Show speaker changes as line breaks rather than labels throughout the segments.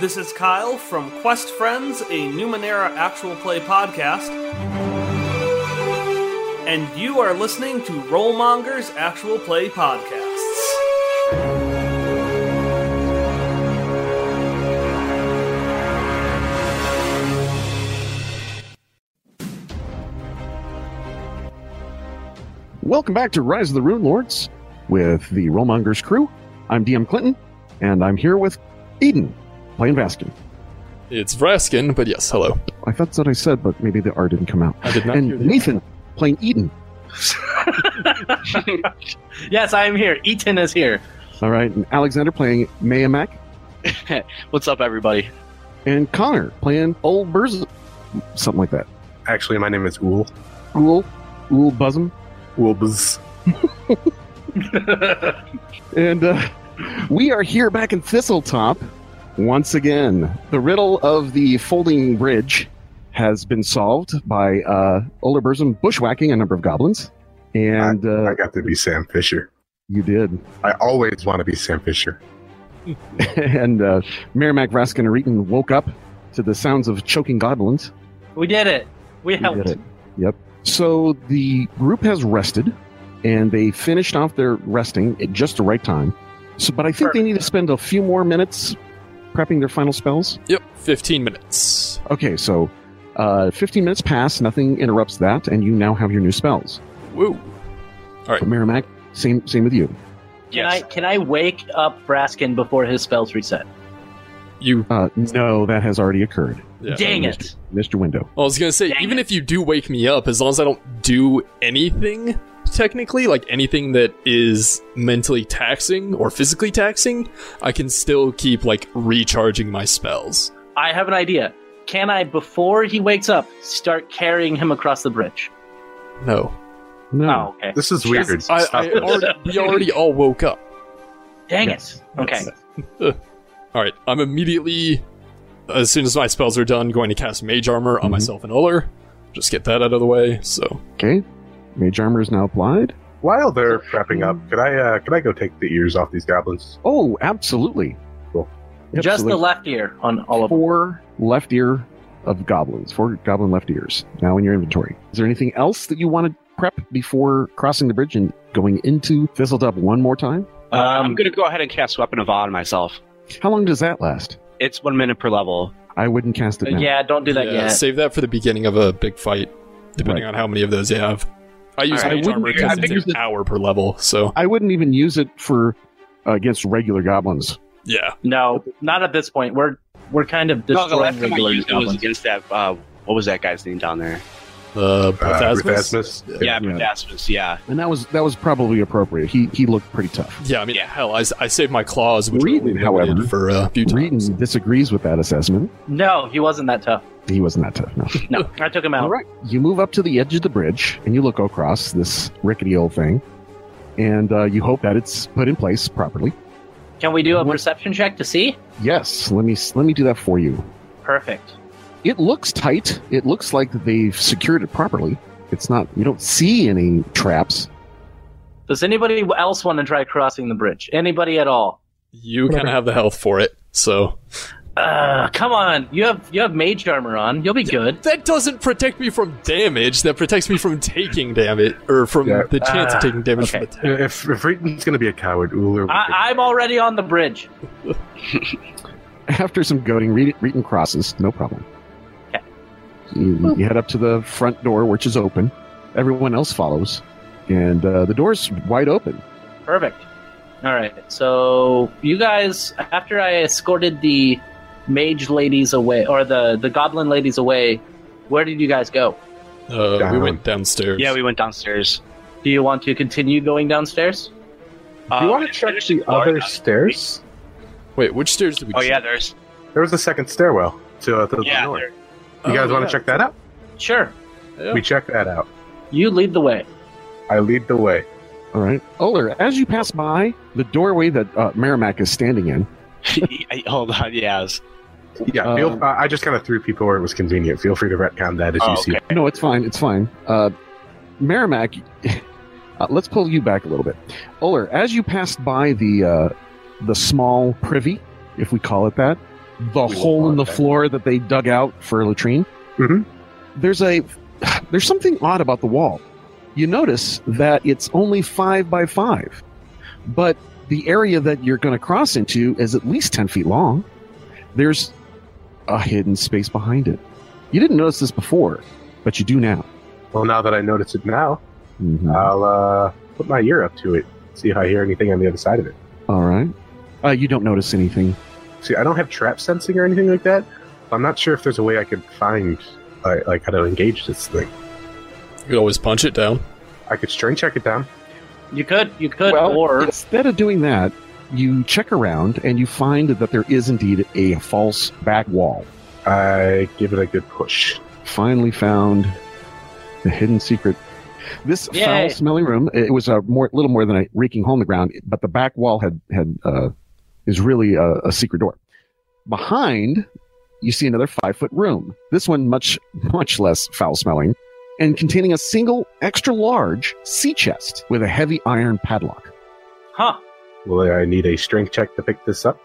This is Kyle from Quest Friends, a Numenera actual play podcast. And you are listening to Rollmonger's Actual Play Podcasts.
Welcome back to Rise of the Rune Lords with the Rollmongers crew. I'm DM Clinton, and I'm here with Eden, playing Vaskin.
It's Raskin, but yes, hello.
I thought that's what I said, but maybe the R didn't come out.
I did not hear
and
the-
Nathan, playing Eden.
Yes, I am here. Eaton is here.
All right, and Alexander playing Mayamak,
What's up, everybody?
and Connor playing Old Burz, something like that.
Actually, my name is Ool.
Ool, Ool Buzzum,
Oolbz.
and uh, we are here back in Thistletop once again. The riddle of the folding bridge has been solved by uh, Older Burzum bushwhacking a number of goblins. And uh,
I got to be Sam Fisher.
You did.
I always want to be Sam Fisher.
and uh, Merrimack Raskin Reeton woke up to the sounds of choking goblins.
We did it.
We
We
did
helped.
it. Yep. So the group has rested, and they finished off their resting at just the right time. So, but I think they need to spend a few more minutes prepping their final spells.
Yep, 15 minutes.
Okay, so uh, 15 minutes pass, nothing interrupts that, and you now have your new spells.
Woo.
But Merrimack, same same with you.
Can I can I wake up Braskin before his spells reset?
You.
Uh, no, that has already occurred.
Yeah.
Dang it!
Missed your window.
I was gonna say,
Dang
even
it.
if you do wake me up, as long as I don't do anything, technically, like anything that is mentally taxing or physically taxing, I can still keep, like, recharging my spells.
I have an idea. Can I, before he wakes up, start carrying him across the bridge?
No.
No.
Oh, okay.
This is weird.
I,
Stop
I
it.
already, we already all woke up.
Dang
Yes.
it! Okay.
Alright, I'm immediately, as soon as my spells are done, going to cast Mage Armor on
Mhm.
myself and Uller. Just get that out of the way, so.
Oh.
Okay. Mage armor is now applied.
While they're prepping up, could I uh, could I go take the ears off these goblins?
Oh, absolutely.
Cool.
Yep,
Just
so
the
there's
left ear on all of them.
four left ear of goblins, four goblin left ears now in your inventory. Is there anything else that you want to prep before crossing the bridge and going into Thistletop one more time?
Uh, I'm
Um,
going to go ahead and cast Weapon of Awe on myself.
How long does that last?
It's one minute per level.
I wouldn't cast it now.
Uh, Yeah, don't do that
yeah,
yet.
Save that for the beginning of a big fight, depending
Right.
on how many of those you have. I use
All right.
mage
I wouldn't-
armor
I
because it's
figured
an
that-
hour per level, so
I wouldn't even use it for uh, against regular goblins.
yeah.
No, not at this point. We're we're kind of
No, the
destroying
last time I
regular
used it was
goblins.
against that. Uh, what was that guy's name down there?
The
Uh,
Bathasmus?
Ruthasmus?
Yeah,
Yeah.
Bathasmus. Yeah.
And that was that was probably appropriate. He he looked pretty tough.
Yeah, I mean, hell, I, s- I saved my claws, which were
Reading,
only limited
however.
for a few times.
Reeton disagrees with that assessment.
No, he wasn't that tough.
He wasn't that tough. No.
No, I took him out.
All right. You move up to the edge of the bridge and you look across this rickety old thing, and uh, you hope that it's put in place properly.
Can we do a
What-
perception check to see?
Yes, let me let me do that for you.
Perfect.
It looks tight. It looks like they've secured it properly. It's not. You don't see any traps.
Does anybody else want to try crossing the bridge? Anybody at all?
You kind of have the health for it, so
Uh, come on. You have you have mage armor on. You'll be good.
that doesn't protect me from damage. That protects me from taking damage, or from
Yeah.
the chance
Ah,
of taking damage
okay.
from attack.
If if Reeton's gonna be a coward, Uller.
Ah,
I, I'm already on the bridge.
After some goading, Reed- Reeton crosses. No problem.
Okay.
You, you head up to the front door, which is open. Everyone else follows, and uh, the door's wide open.
Perfect. All right. So you guys, after I escorted the mage ladies away, or the the goblin ladies away, where did you guys go?
Uh, we
Down.
went downstairs.
Yeah, we went downstairs.
Do you want to continue going downstairs?
Uh,
Do you want to
and
check
finished
the
floor
other
down.
stairs?
Wait, which stairs did we?
Oh yeah,
check?
there's.
There was a second stairwell to, uh, to the
Yeah,
north.
there-
You guys
Oh,
want to
yeah.
check that out?
Sure.
Yeah.
We check that out.
You lead the way.
I lead the way.
All right, Oler. As you pass by the doorway that uh, Merrimack is standing in,
I- Hold on. Yeah. it's-
Yeah,
Uh,
Um,
feel, uh, I just kind of threw people where it was convenient. Feel free to retcon that as
Oh,
you see.
okay.
No, it's fine. It's fine. Uh, Merrimack, uh, let's pull you back a little bit. Oler, as you passed by the uh, the small privy, if we call it that, the
We will
hole in the
not, okay.
floor that Mm-hmm. they dug out for a latrine.
Mhm.
There's a there's something odd about the wall. You notice that it's only five by five, but the area that you're going to cross into is at least ten feet long. There's a hidden space behind it. You didn't notice this before, but you do now.
Well, now that I notice it now,
Mhm.
I'll uh, put my ear up to it, see if I hear anything on the other side of it.
All right. Uh, you don't notice anything.
See, I don't have trap sensing or anything like that. So I'm not sure if there's a way I could find, uh, like, how to engage this thing.
You could always punch it down.
I could strength check it down.
You could, you could, or
instead of doing that, you check around and you find that there is indeed a false back wall.
I give it a good push.
Finally found the hidden secret. This
Yay.
foul smelling room, it was a more, little more than a reeking hole in the ground, but the back wall had, had, uh, is really a, a secret door. Behind, you see another five foot room. This one much, much less foul smelling and containing a single extra large sea chest with a heavy iron padlock.
huh?
Will I need a strength check to pick this up?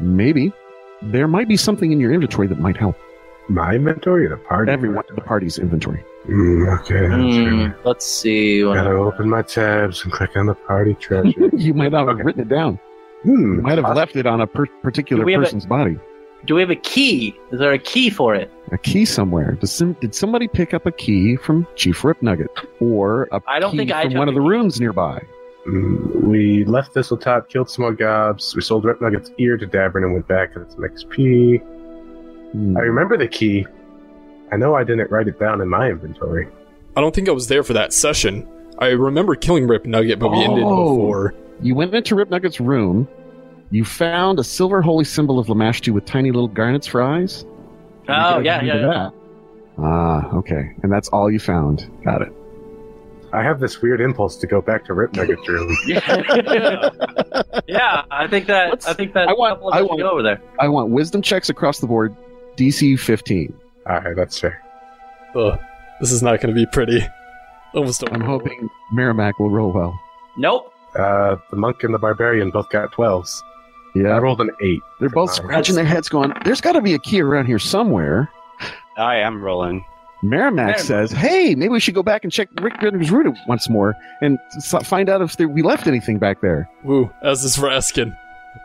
Maybe. There might be something in your inventory that might help.
My inventory or the party?
Everyone, the party's inventory.
Mm, okay. that's
Hmm,
right.
let's see. what-
Gotta open my tabs and click on the party treasure.
you might not have
Okay.
written it down.
hmm,
You might have
possible.
left it on a per- particular
Do we have a-
person's body.
Do we have a key? Is there a key for it?
A key somewhere. Does some, did somebody pick up a key from Chief Rip Nugget or a
I don't
key
think I
from
took
one of
the
the
key.
rooms nearby?
Mm, We left Thistletop, killed some more gobs. We sold Rip Nugget's ear to Davern and went back and got some XP.
Hmm.
I remember the key. I know I didn't write it down in my inventory.
I don't think I was there for that session. I remember killing Rip Nugget, but we ended
Oh.
before.
You went into Rip Nugget's room. You found a silver holy symbol of Lamashtu with tiny little garnets for eyes.
Oh
You
yeah,
got
yeah. yeah.
that. Ah, okay. And that's all you found. Got it.
I have this weird impulse to go back to Rip Nugget's room.
yeah, Yeah, I think that
Let's-
I think that
I want-
couple of
I
us should
want-
go over there.
I want wisdom checks across the board, DC 15.
All right, that's fair.
Ugh, this is not going to be pretty. I Almost don't
I'm hoping Merrimack will roll well.
Nope.
Uh, the monk and the barbarian both got 12s. I
Yeah,
rolled an 8.
they're both
Come on.
scratching their heads, going, "There's got to be a key around here somewhere."
I am rolling.
Merrimack
Merrimack.
says, "Hey, maybe we should go back and check Rick Gritter's route once more and s- find out if there, we left anything back there."
Woo, as is Raskin.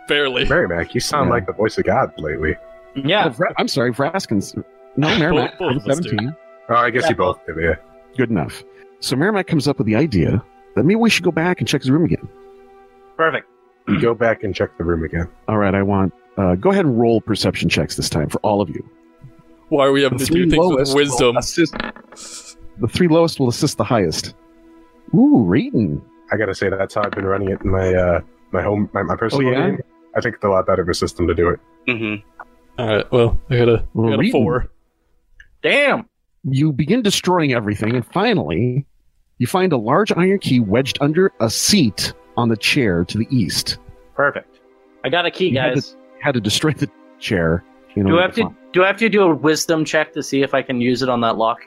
Barely.
Merrimack, you sound
Yeah.
like the voice of God lately.
Oh,
Yeah.
Vra- I'm sorry, Vraskins. No, Merrimack.
Both- both of us do.
Seventeen.
Oh, I guess
Yeah.
you both did, yeah.
Good enough. So Merrimack comes up with the idea that maybe we should go back and check his room again.
Perfect.
You go back and check the room again.
All right, I want. Uh, go ahead and roll perception checks this time for all of you.
Why are we having to do things with
lowest
wisdom?
will assist- the three lowest will assist the highest. Ooh, Reeton.
I gotta say, that's how I've been running it in my uh, my home, my, my personal
Oh, yeah?
game. I think it's a lot better of a system to do it.
Mm-hmm.
Alright, well, I got a, I
Well,
got a
Reeton,
four.
Damn.
You begin destroying everything, and finally, you find a large iron key wedged under a seat on the chair to the east.
Perfect. I got a key,
You had
guys.
Had to destroy the chair. In
Do
order
I have to
find-
do I have to do a wisdom check to see if I can use it on that lock?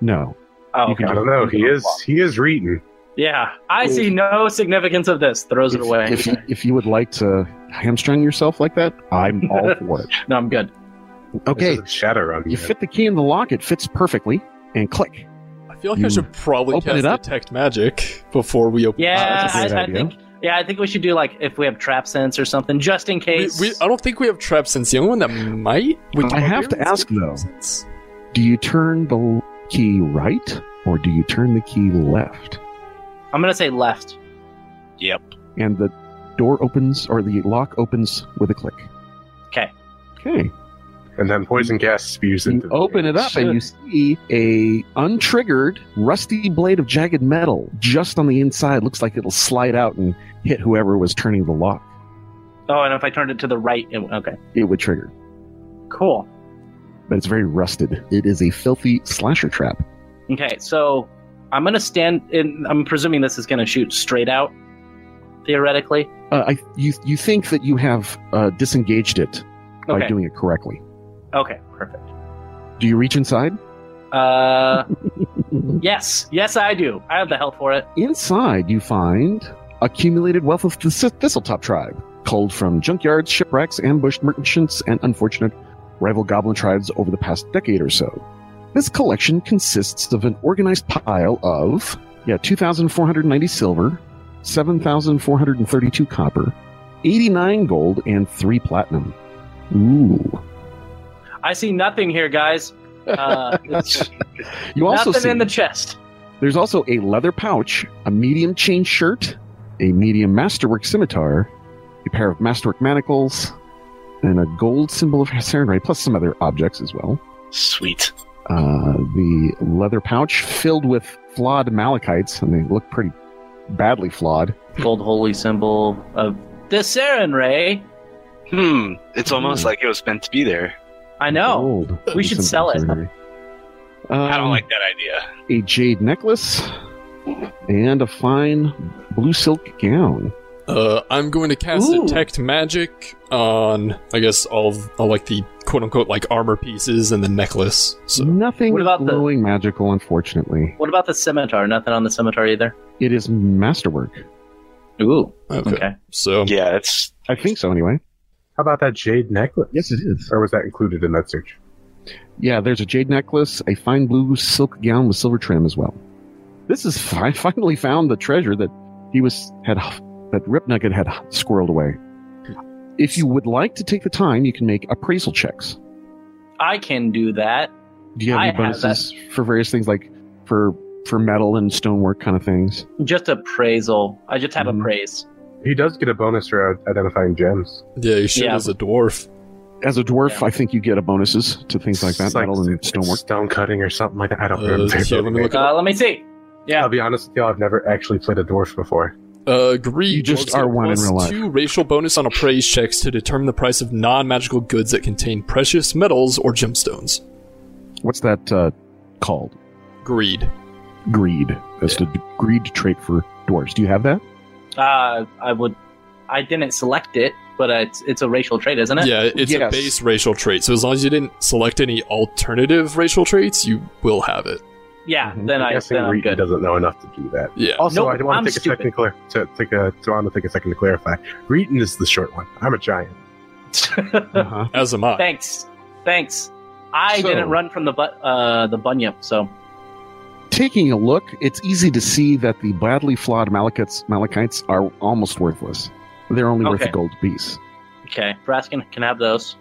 No.
Oh,
You can
okay.
I don't know. He is he is reading.
yeah. I see no significance of this. Throws it away.
If, you- if you would like to hamstring yourself like that, I'm all for it.
no, I'm
Oh,
good.
This
Okay.
isn't Shadowrun.
You
yet.
fit the key in the lock, it fits perfectly, and click.
I feel like I
You
should probably
open it
cast
up?
Detect Magic before we open
Yeah,
that's a
I,
great
I
idea.
think. Yeah, I think we should do like if we have trap sense or something, just in
We,
case.
we, I don't think we have Trap Sense. The only one that might. Wait, do
I have to
barbarians
ask,
have
though.
Trap Sense?
Do you turn the key right or do you turn the key left?
I'm gonna say left.
Yep.
And the door opens or the lock opens with a click.
Okay.
Okay.
and then poison gas spews
You
into. the
open it up and you see a untriggered rusty blade of jagged metal just on the inside. Looks like it'll slide out and hit whoever was turning the lock.
Oh, and if I turned it to the right, it, okay,
It would trigger.
cool.
But it's very rusted. It is a filthy slasher trap.
Okay, so I'm gonna stand. In, I'm presuming this is gonna shoot straight out, theoretically.
Uh, I, you, you think that you have uh, disengaged it by
Okay.
doing it correctly.
Okay. Perfect.
Do you reach inside?
Uh, yes, yes, I do. I have the health for it.
Inside, you find accumulated wealth of the Thistletop tribe, culled from junkyards, shipwrecks, ambushed merchants, and unfortunate rival goblin tribes over the past decade or so. This collection consists of an organized pile of, yeah, 2,490 silver, 7,432 copper, 89 gold, and 3 platinum. Ooh.
I see nothing here, guys. Uh, it's
You also
nothing
see,
in the chest.
there's also a leather pouch, a medium chain shirt, a medium masterwork scimitar, a pair of masterwork manacles, and a gold symbol of Sarenrae, plus some other objects as well.
Sweet.
Uh, the leather pouch filled with flawed malachites, and they look pretty badly flawed.
Gold holy symbol of the Saren Ray.
Hmm. It's almost like it was meant to be there.
I know.
Gold.
We should sell it.
Um,
I
Hmm.
don't like that idea.
a jade necklace and a fine blue silk gown.
Uh, I'm going to cast
Ooh.
detect magic on, I guess, all of all, like the quote unquote like armor pieces and the necklace. So
Nothing
What about the-
glowing magical, unfortunately.
What about the scimitar? Nothing on the scimitar either.
It is masterwork.
Ooh.
okay,
Okay.
so
Yeah, it's
I think so, anyway.
How about that jade necklace?
Yes, it is.
Or was that included in that search?
Yeah, there's a jade necklace, a fine blue silk gown with silver trim as well. This is fi- finally found the treasure that he was had that Rip Nugget had squirreled away. If you would like to take the time, you can make appraisal checks.
I can do that.
Do you have
I
any
have that.
bonuses for various things like for for metal and stonework kind of things?
Just appraisal. I just have
Mhm.
appraise.
He does get a bonus for identifying gems.
yeah, you should
Yeah.
as a dwarf.
As a dwarf,
Yeah.
I think you get a bonuses to things like that,
It's
metal and
it's
stonework.
stone cutting or something like that. I don't
Uh,
remember.
yeah, let me look
Uh, let me see. Yeah.
I'll be honest with you, I've never actually played a dwarf before.
Uh, agree.
You just
dwarves get
are one in
plus
real life.
Two racial bonus on appraise checks to determine the price of non-magical goods that contain precious metals or gemstones.
What's that uh, called?
Greed.
Greed. That's the greed trait for dwarves. Do you have that?
Uh, I would. I didn't select it, but it's it's a racial trait, isn't it?
Yeah, it's a
Yes.
base racial trait. So as long as you didn't select any alternative racial traits, you will have it.
Yeah.
Mhm.
Then
I'm
I
guessing
then I'm
Reed
good.
doesn't know enough to do that.
Yeah.
Also,
Nope,
I want
I'm
to take
stupid.
a second to, clear, to take a to, want to take a second to clarify. Reeton is the short one. I'm a giant.
Uh-huh.
As am I.
Thanks. Thanks. I
So-
didn't run from the bu- uh the bunyip, so
Taking a look, it's easy to see that the badly flawed malachites, malachites are almost worthless. They're only worth
Okay.
a gold piece.
okay. Braskin can have those.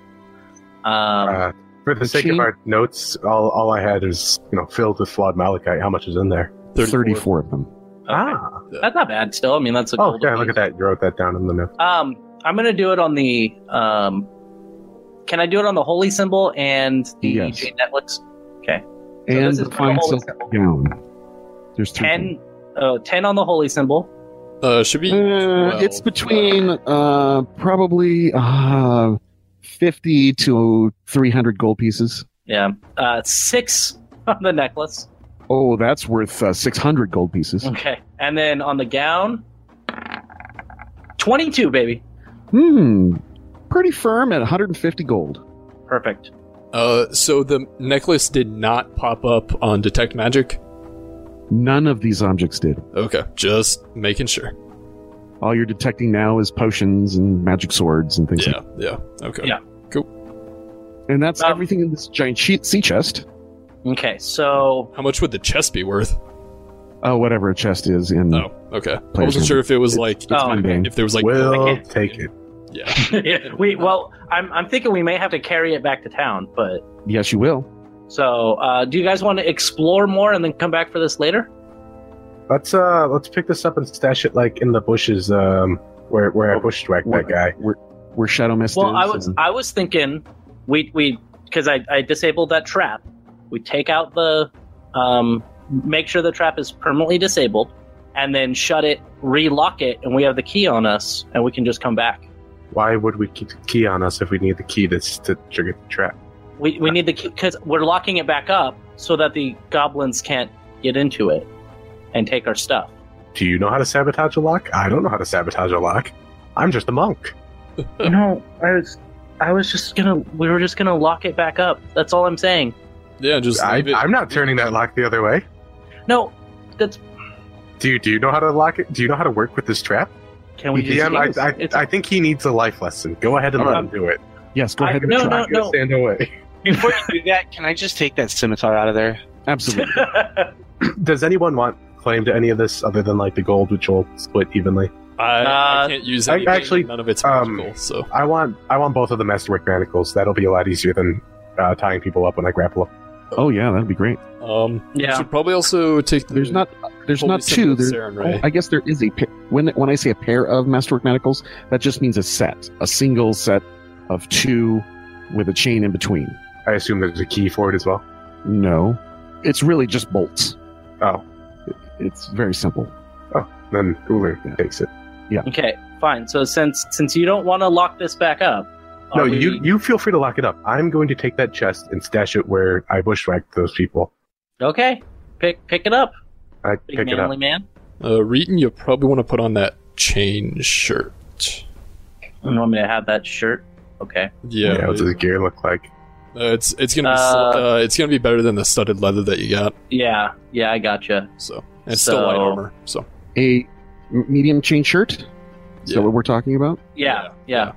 Um,
Uh, for the sake of
Gee.
our notes, all, all I had is you know filled with flawed malachite. How much is in there?
34. of them.
okay.
Ah,
that's not bad. Still, I mean, that's a
oh
gold
yeah, look
piece.
at that. You wrote that down in the notes.
Um, I'm gonna do it on the um. Can I do it on the holy symbol and the
Yes.
chain necklace? So
and
this is
the fine
the holy
silk
symbol.
gown. There's three.
Ten, uh, ten on the holy symbol.
Uh, should be.
things. Uh, it's
Twelve.
between uh, probably uh, 50 to 300 gold pieces.
Yeah. Uh, six on the necklace.
Oh, that's worth uh, 600 gold pieces.
Okay. And then on the gown, twenty-two, baby.
Hmm. Pretty firm at 150 gold.
Perfect.
Uh, so the necklace did not pop up on detect magic.
None of these objects did.
Okay, just making sure.
All you're detecting now is potions and magic swords and things like
Yeah, yeah. Okay.
Yeah.
that. And that's
Um,
everything in this giant sheet, sea chest.
Okay. So
How much would the chest be worth?
Oh, whatever a chest is in.
Oh, okay. I
Mm. Player's
wasn't sure if it was like
It's
Oh, okay.
mundane.
if there was like
we'll
can't-
take it.
yeah.
we well, I'm I'm thinking we may have to carry it back to town, but
Yes, you will.
so uh, do you guys want to explore more and then come back for this later?
Let's uh let's pick this up and stash it like in the bushes um where where
Oh,
I bushwhacked
Where-
that guy.
Where, where Shadow Mist
Well,
is.
I was
and-
I was thinking we we because I, I disabled that trap. We take out the um, make sure the trap is permanently disabled, and then shut it, relock it, and we have the key on us, and we can just come back.
Why would we keep the key on us if we need the key to to trigger the trap?
We we need the key because we're locking it back up so that the goblins can't get into it and take our stuff.
Do you know how to sabotage a lock? I don't know how to sabotage a lock. I'm just a monk.
no, I was I was just gonna we were just gonna lock it back up. That's all I'm saying.
Yeah, just
I,
leave it.
I'm not turning that lock the other way.
No, that's
Do you do you know how to lock it? Do you know how to work with this trap?
can we just
DM,
use-
I, I,
it's-
I think he needs a life lesson. Go ahead and let him do it.
Yes, go
I-
ahead and
no,
try.
no.
I'm gonna stand away.
Before you do that, can I just take that scimitar out of there?
Absolutely.
Does anyone want claim to any of this other than like the gold, which will split evenly?
I, I
Uh,
can't use
I-
anything.
actually,
none of it's
um,
magical. so
I want I want both of the masterwork manacles. That'll be a lot easier than uh, tying people up when I grapple up.
oh yeah, that'd be great.
um, you
Yeah.
should probably also take. the
There's not. There's
holy
not
symbol
two.
of
There's.
Saren,
Oh,
right?
I guess there is a pair. When when I say a pair of masterwork manacles, that just means a set, a single set of two with a chain in between.
I assume there's a key for it as well.
No, it's really just bolts.
Oh.
it's very simple.
Then Uller
Yeah.
takes it.
okay, fine. So since since you don't want to lock this back up,
No,
are we-
you you feel free to lock it up. I'm going to take that chest and stash it where I bushwhacked those people.
okay? Pick pick it up,
I
big
pick it
manly
up.
man.
Uh, Reeton, you probably want to put on that chain shirt.
You want me to have that shirt? Okay.
Yeah,
what does
it-
the gear look like?
uh, it's it's gonna be sl-
Uh,
uh, it's gonna be better than the studded leather that you got.
Yeah, yeah, I gotcha.
So and it's still
So-
light armor. So
A m- medium chain shirt. Is
Yeah.
that what we're talking about?
Yeah, yeah,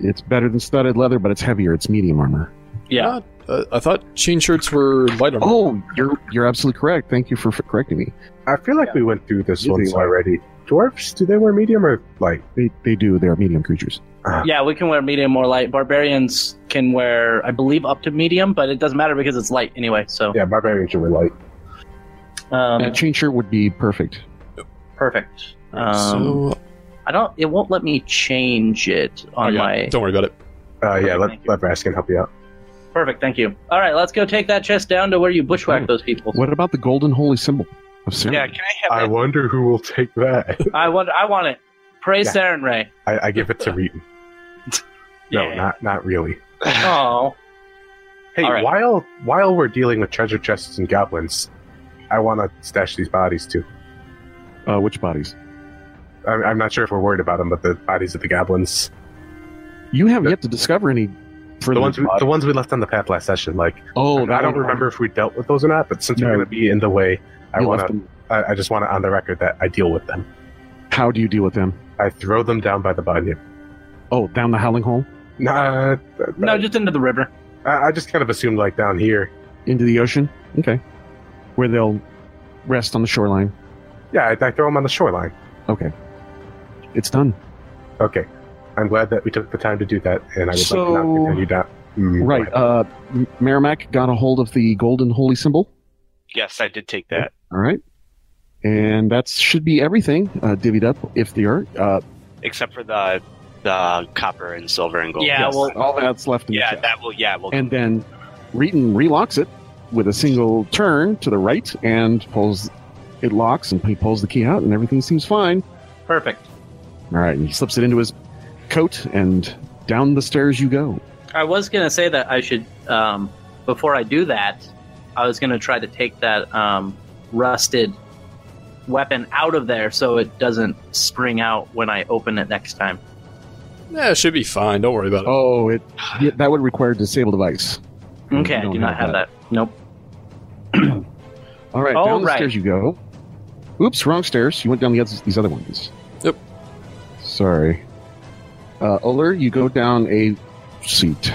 It's better than studded leather, but it's heavier. It's medium armor.
yeah.
Not- uh, I thought chain shirts were light armor.
Oh, you're you're absolutely correct. Thank you for f- correcting me.
I feel like we went through this
You
once
think-
already. Dwarfs, do they wear medium or light?
They they do. They are medium creatures.
Yeah, we can wear medium or light. Barbarians can wear, I believe, up to medium, but it doesn't matter because it's light anyway. So,
Yeah, barbarians should wear light.
um,
A Uh, chain shirt would be perfect.
perfect. Um,
so
I don't. It won't let me change it on
okay,
my.
don't worry about it.
Uh, yeah,
Perfect,
let,
thank you.
let Raskin help you out.
Perfect. Thank you. All right, let's go take that chest down to where you bushwhack
Mm.
Okay.
those people.
What about the golden holy symbol of Sarah?
Yeah, can I have
I
that?
wonder who will take that.
I want. I want it. Praise
Yeah.
Saren Ray.
I, I give it to Reeton. No,
Yeah.
not not really.
Oh,
Hey,
All right.
while while we're dealing with treasure chests and goblins, I want to stash these bodies too.
Uh, which bodies?
I'm, I'm not sure if we're worried about them, but the bodies of the goblins,
You have yet to discover any. For
the ones we, the ones we left on the path last session. Like,
oh,
I
that
don't
one.
remember if we dealt with those or not. But since
No.
we're going to be in the way, I
You left
want to.
them.
I, I just want to on the record that I deal with them.
How do you deal with them?
I throw them down by the body.
Oh, down the howling hole
Nah, th-
no, just into the river.
I, I just kind of assumed like down here.
into the ocean. Okay, where they'll rest on the shoreline.
Yeah, I, I throw them on the shoreline.
Okay, it's done.
Okay. I'm glad that we took the time to do that, and I would
So-
like to not continue down. Mm,
Right. Uh, M- Merrimack got a hold of the golden holy symbol.
Yes, I did take that.
All right. And that should be everything uh, divvied up, if they are. Uh,
Except for the the copper and silver and gold.
Yeah, well,
all that's left in the
yeah,
chest.
that will. Yeah, well.
And then Reeton relocks it with a single turn to the right and pulls it locks and he pulls the key out and everything seems fine.
Perfect.
All right, and he slips it into his coat and down the stairs you go.
I was gonna say that I should, um, before I do that, I was gonna try to take that um, rusted weapon out of there so it doesn't spring out when I open it next time.
Yeah, it should be fine. Don't worry about it.
Oh, it yeah, that would require a disable device. You
Okay, I
Mm-hmm. don't
do not have that. Nope.
All right,
All
down the
right.
stairs you go. Oops, wrong stairs. You went down the other, these other ones.
Yep.
Sorry. Uh, Oler, you go down a seat,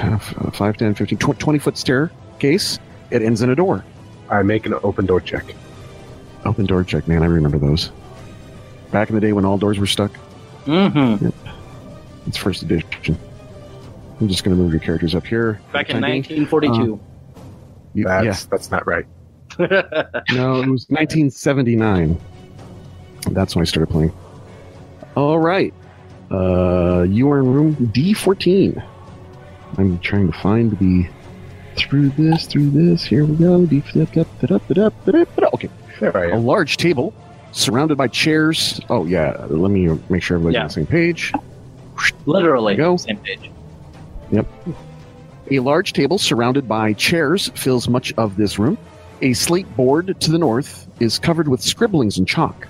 5, 10, 15, 20, 20 foot staircase. It ends in a door.
I make an open door check.
Open door check, man. I remember those. Back in the day when all doors were stuck.
Mm-hmm.
It's first edition. I'm just going to move your characters up here.
Back in
I Uh, think-
1942.
you-
That's
yeah.
that's not right.
No, it was 1979. That's when I started playing. All right. Uh, you are in room D14. I'm trying to find the. Through this, through this. Here we go. D- flip, flip, flip, flip, flip, flip. Okay.
There I
A
am.
large table surrounded by chairs. Oh, yeah. Let me make sure everybody's
Yeah.
on the same page.
Literally,
There you go.
same page.
A large table surrounded by chairs fills much of this room. A slate board to the north is covered with scribblings and chalk,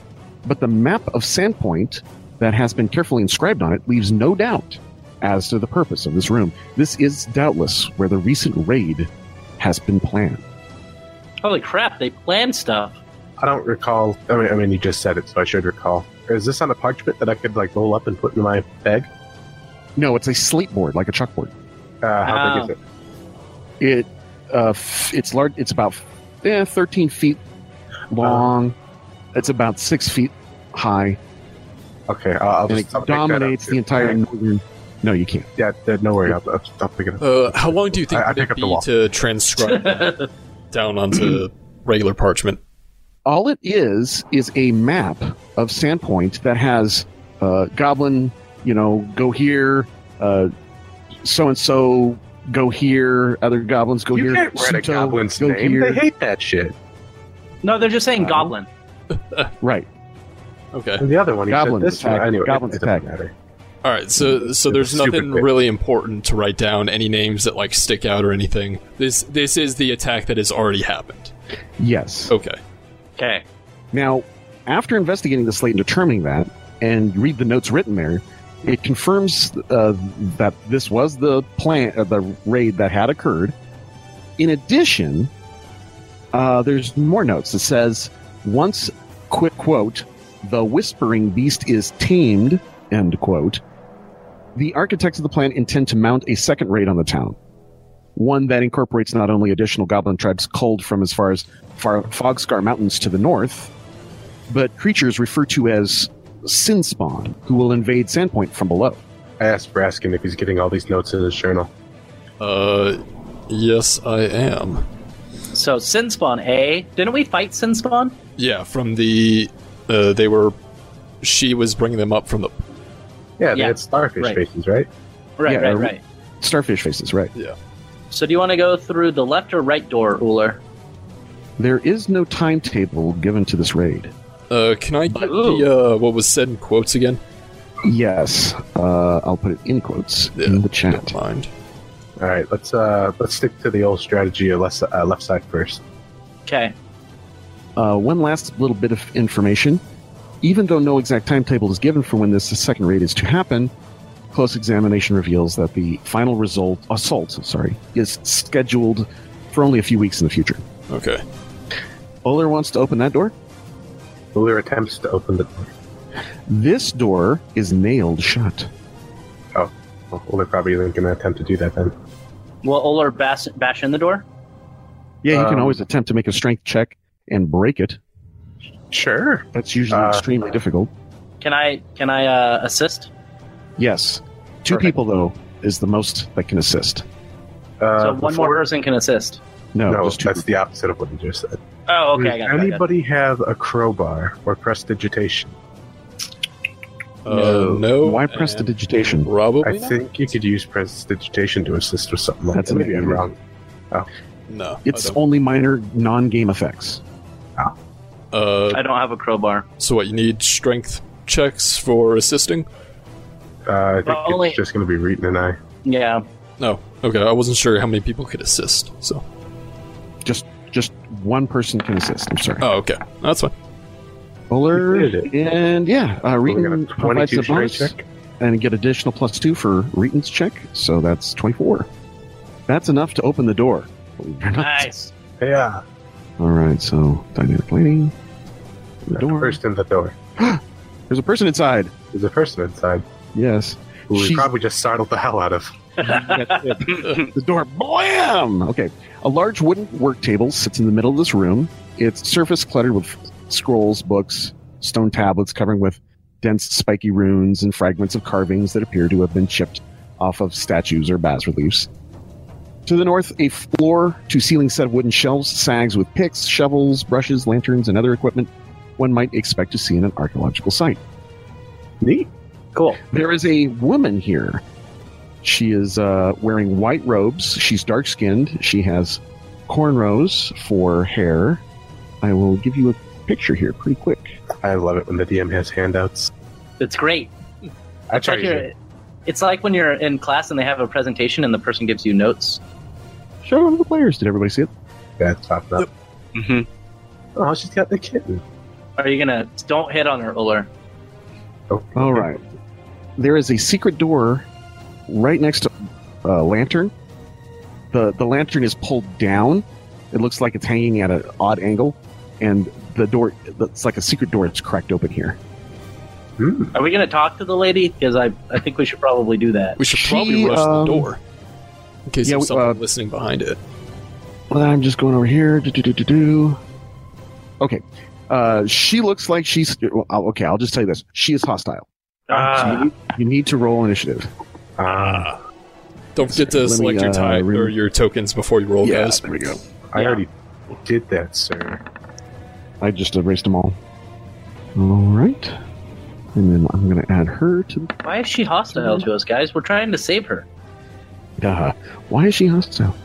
but the map of Sandpoint that has been carefully inscribed on it leaves no doubt as to the purpose of this room. This is doubtless where the recent raid has been planned.
Holy crap, they plan stuff.
I don't recall. I mean, I mean, you just said it, so I should recall. Is this on a parchment that I could like roll up and put in my bag?
No, it's a slate board, like a chalkboard.
Uh, how big is it?
It uh, f- it's large. It's about eh, thirteen feet long. it's about six feet high,
Okay, I'll, I'll
and
just
it
I'll pick that up,
dominates
too.
the entire northern. No, you can't.
Yeah, yeah, no worry. I'll, I'll, I'll pick it up.
Uh, how long do you think
Oh. I- I
would
pick
it
up the
be
wall.
to transcribe that down onto regular parchment?
All it is is a map of Sandpoint that has uh, Goblin. You know, go here. So and so go here. Other goblins go
you
here.
can't write a
Suto,
goblin's
go
name.
here.
They hate that shit.
No, they're just saying
Uh,
goblin.
Right.
Okay.
And the other one, he
Goblin
said this
attack,
one. Anyway,
goblin
it, it doesn't
attack.
matter.
All right. So so
Yeah,
there's
stupid
nothing
bit.
really important to write down. Any names that like stick out or anything. This this is the attack that has already happened.
Yes.
Okay.
Okay.
Now, after investigating the slate and determining that, and read the notes written there, it confirms uh, that this was the plan, uh, the raid that had occurred. In addition, uh, there's more notes that says once, quick quote, the whispering beast is tamed, end quote. The architects of the plan intend to mount a second raid on the town, one that incorporates not only additional goblin tribes culled from as far as far Fogscar Mountains to the north, but creatures referred to as Sin Spawn, who will invade Sandpoint from below.
I asked Braskin if he's getting all these notes in his journal.
Uh, yes, I am.
So Sinspawn, eh? Didn't we fight Sinspawn?
Yeah, from the uh, they were. She was bringing them up from the.
Yeah, they
Yeah.
had starfish
Right.
faces, right?
Right,
Yeah,
right,
uh,
right.
Starfish faces, right?
So do you want to go through the left or right door, Uller?
There is no timetable given to this raid.
Uh, can I get the
Ooh.
uh, what was said in quotes again?
Yes, uh, I'll put it in quotes
Yeah,
in the chat.
Don't mind.
All right, let's uh let's stick to the old strategy of left, si- uh, left side first.
Okay.
Uh, one last little bit of information. Even though no exact timetable is given for when this second raid is to happen, close examination reveals that the final result assault, sorry, is scheduled for only a few weeks in the future.
Okay.
Oler wants to open that door.
Buller attempts to open the door.
This door is nailed shut.
Oh, Well, Buller probably isn't going to attempt to do that then.
Will Uller bash, bash in the door?
Yeah, you can
Um,
always attempt to make a strength check and break it.
Sure.
That's usually
Uh,
extremely difficult.
Can I can I uh, assist?
Yes. Two
Perfect.
people, though, is the most that can assist.
Uh,
so one more
before-
person can assist.
No,
No,
just two.
that's the opposite of what he just said.
Oh, okay. I got
Does
it, I got it.
anybody have a crowbar or prestidigitation?
Uh, no.
Why
and oh,
prestidigitation?
Probably.
I
not?
think you could use prestidigitation to assist with something like
That's
that. Maybe I'm
amazing.
wrong.
No. I
It's
don't.
only minor non game effects.
uh,
I don't have a crowbar.
so what you need strength checks for assisting?
Uh, I think
Well, only-
it's just going to be Reeton and I.
Yeah.
No. Oh, Okay, I wasn't sure how many people could assist. So.
Just just one person can assist. I'm sorry.
Oh, okay. That's fine.
You
Oler
did
and yeah, uh,
We got
Reeton
a
provides the
22 straight
bonus
check.
and get additional plus two for Reeton's check, so that's 24. That's enough to open the door. believe it or not.
Nice.
Yeah.
All right, so dynamic lighting. The door.
First in the door.
There's a person inside.
There's a person inside
Yes.
who we
She's-
probably just startled the hell out of.
the door. Blam! Okay. A large wooden work table sits in the middle of this room. Its surface cluttered with scrolls, books, stone tablets covering with dense spiky runes and fragments of carvings that appear to have been chipped off of statues or bas reliefs. To the north, a floor to ceiling set of wooden shelves sags with picks, shovels, brushes, lanterns, and other equipment one might expect to see in an archaeological site.
Neat.
Cool.
There is a woman here. She is uh, wearing white robes. She's dark skinned. She has cornrows for hair. I will give you a picture here pretty quick.
I love it when the DM has handouts.
It's great.
I
It's like, you're, it's like when you're in class and they have a presentation and the person gives you notes.
Show them to the players. Did everybody see it?
That's top notch.
Mm-hmm.
Oh, she's got the kitten.
Are you gonna don't hit on her, Uller?
Oh,
All right. There is a secret door right next to uh, lantern. The the lantern is pulled down. It looks like it's hanging at an odd angle, and the door it's like a secret door. It's cracked open here.
Hmm.
Are we gonna talk to the lady? Because I I think we should probably do that.
We should
She,
probably rush
um,
the door. in case
Yeah,
there's
we-
someone
uh,
listening behind it.
Well, I'm just going over here. Do, do, do, do, do. Okay. Uh, she looks like she's. well, I'll- Okay, I'll just tell you this. She is hostile. So you,
Ah,
need, you need to roll initiative.
ah,
Don't forget
Let
to
me,
select your
uh,
tie
re-
or your tokens before you roll,
Yeah,
guys.
there we go.
I already did that, sir.
I just erased them all. All right. And then I'm going to add her to the.
Why is she hostile to us, guys? We're trying to save her.
Uh, why is she hostile?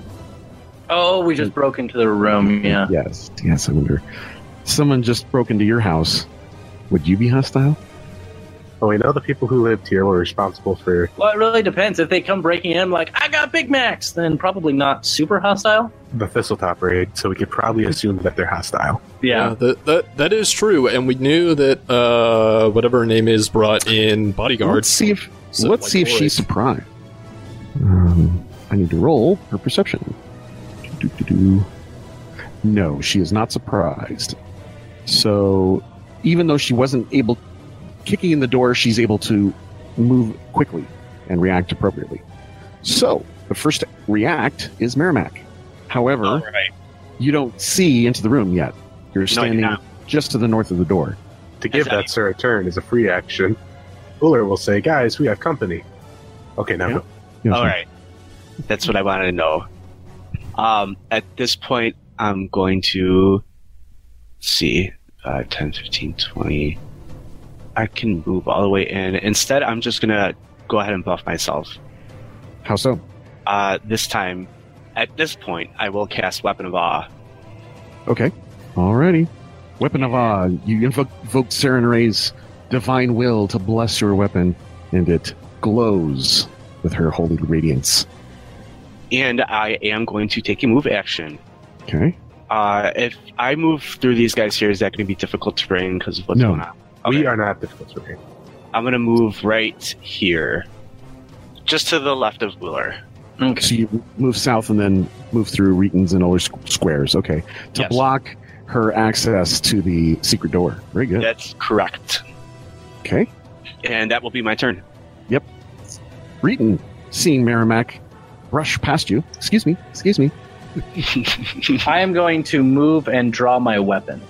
Oh, we just broke into the room. Yeah.
Yes. Yes, I wonder. Someone just broke into your house. Would you be hostile?
Oh, we know the people who lived here were responsible for.
Well, it really depends. If they come breaking in, like I got Big Macs, then probably not super hostile.
the Thistletop raid, so we could probably assume that they're hostile.
that, that that is true, and we knew that uh, whatever her name is brought in
Let's
bodyguards.
see if
So,
Let's
like,
see if
Ulrich.
she's surprised. Um, I need to roll her perception. Do-do-do-do. No, she is not surprised. So, even though she wasn't able kicking in the door, she's able to move quickly and react appropriately. So, the first to react is Merrimack. However,
All right.
you don't see into the room yet. You're
Oh. No, you're
standing
not.
just to the north of the door.
To give
Exactly.
that sir a turn is a free action. Uller will say, "Guys, we have company." Okay, now
Yeah.
go.
You know,
All
so-
right. That's what I wanted to know. Um, at this point, I'm going to let's see uh, 10, 15, 20. I can move all the way in. Instead, I'm just going to go ahead and buff myself.
How so?
Uh, this time, at this point, I will cast Weapon of Awe.
Okay. Alrighty. Weapon of Awe. You invoke, invoke Saren Ray's divine will to bless your weapon, and it glows with her holy radiance.
And I am going to take a move action.
Okay.
Uh, if I move through these guys here, is that going to be difficult terrain because of what's
No.
going on? Okay.
We are not difficult terrain.
I'm going to move right here. Just to the left of Wheeler.
Okay.
So you move south and then move through Reeton's and other squ- squares. Okay. To
Yes.
block her access to the secret door. Very good.
That's correct.
Okay.
And that will be my turn.
Reeton, seeing Merrimack rush past you. Excuse me. Excuse me.
I am going to move and draw my weapon.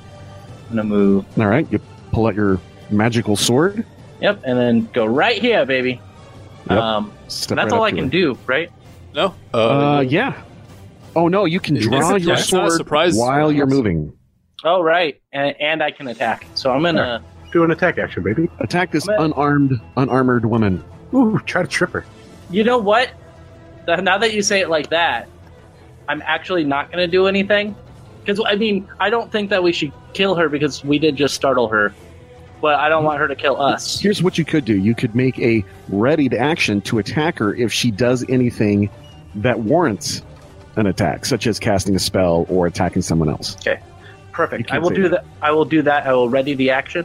I'm gonna move.
All right. You pull out your magical sword.
Yep, and then go right here, baby.
Yep.
Um,
Step
and that's
right
all
up
I
to
can
her.
do, right?
No, uh,
Uh, yeah. Oh no, you can
It-
draw
it's-
your
that's not a
sword
surprise.
while you're moving.
Oh, right. And, and I can attack. So I'm gonna.
Do an attack action, baby.
Attack this
I'm at-
unarmed, unarmored woman.
Ooh, try to trip her.
You know what? Th- Now that you say it like that, I'm actually not gonna do anything. Because I mean, I don't think that we should kill her because we did just startle her. But I don't
Mm-hmm.
want her to kill us.
Here's what you could do: you could make a readied action to attack her if she does anything that warrants an attack, such as casting a spell or attacking someone else. You
Perfect.
can
I will
say
do that. I will do that. I will ready the action,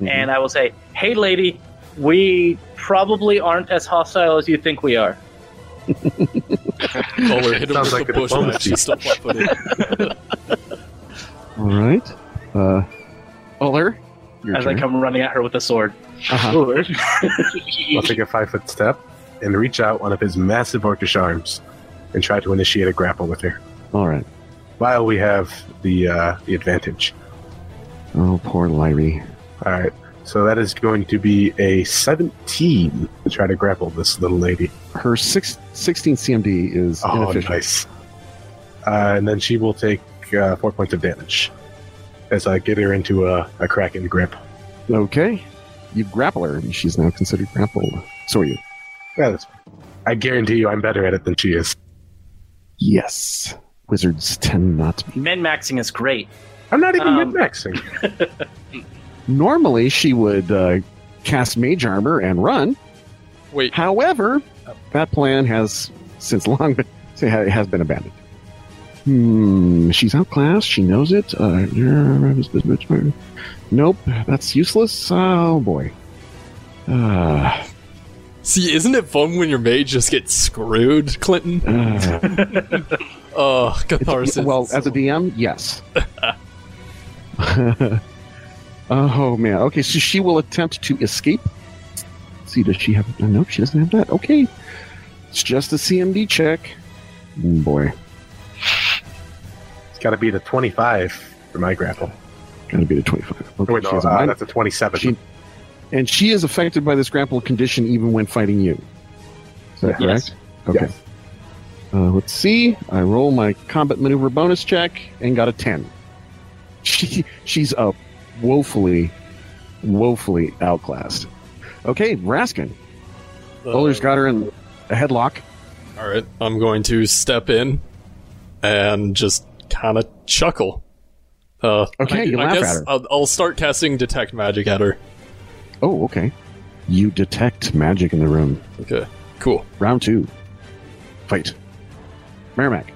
Mhm.
and I will say, "Hey, lady, we probably aren't as hostile as you think we are."
Muller hit him with
Sounds like
the
a
bush
diplomacy.
knife. She's still flat-footed.
All right, uh, Uller, your
as
turn.
I come running at her with a sword.
Uh-huh.
I'll take a five foot step and reach out one of his massive orcish arms and try to initiate a grapple with her.
All right.
While we have the uh, the advantage.
Oh, poor Lyrie.
All right. So that is going to be a 17 to try to grapple this little lady.
Her six, 16 CMD is
Oh,
inefficient.
nice. Uh, and then she will take uh, four points of damage as I get her into a, a Kraken grip.
Okay, you grapple her, and she's now considered grappled. So are you.
Yeah, that's fine. I guarantee you I'm better at it than she is.
Yes, wizards tend not to be.
Min maxing is great.
I'm not even
Um,
min-maxing.
Normally, she would uh, cast mage armor and run.
Wait,
However, that plan has since long been it has been abandoned. Hmm, she's outclassed. She knows it. Uh, yeah, nope, that's useless. Oh boy. Uh,
see, isn't it fun when your mage just gets screwed, Clinton?
uh,
Oh, catharsis.
well, as a DM, yes. oh man. Okay, so she will attempt to escape. uh, Let's see, does she have? No, she doesn't have that. Okay, it's just a CMD check. Mm, Boy,
It's got to be the 25 for my grapple.
gotta be the 25. Okay,
Oh, wait, no,
she has a
uh,
minus-
that's a 27.
She- and she is affected by this grapple condition even when fighting you. Is that correct?
Yes.
Okay.
Yes.
Uh, let's see. I roll my combat maneuver bonus check and got a 10. She she's up woefully, woefully outclassed. Okay, Raskin. Bowler's got her in a headlock.
All right, I'm going to step in and just kind of chuckle. Uh,
Okay,
I,
you
I
laugh at
guess
her.
I'll, I'll start casting detect magic at her.
Oh, okay. You detect magic in the room.
Okay, cool.
Round two. Fight. Merrimack.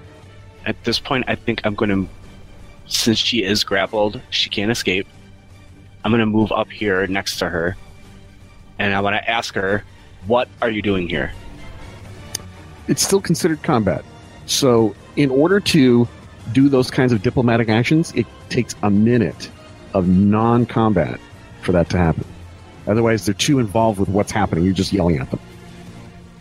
At this point, I think I'm going to, since she is grappled, she can't escape. I'm going to move up here next to her, and I want to ask her, "What are you doing here?"
it's still considered combat. So, in order to do those kinds of diplomatic actions, it takes a minute of non combat for that to happen. Otherwise, they're too involved with what's happening. You're just yelling at them.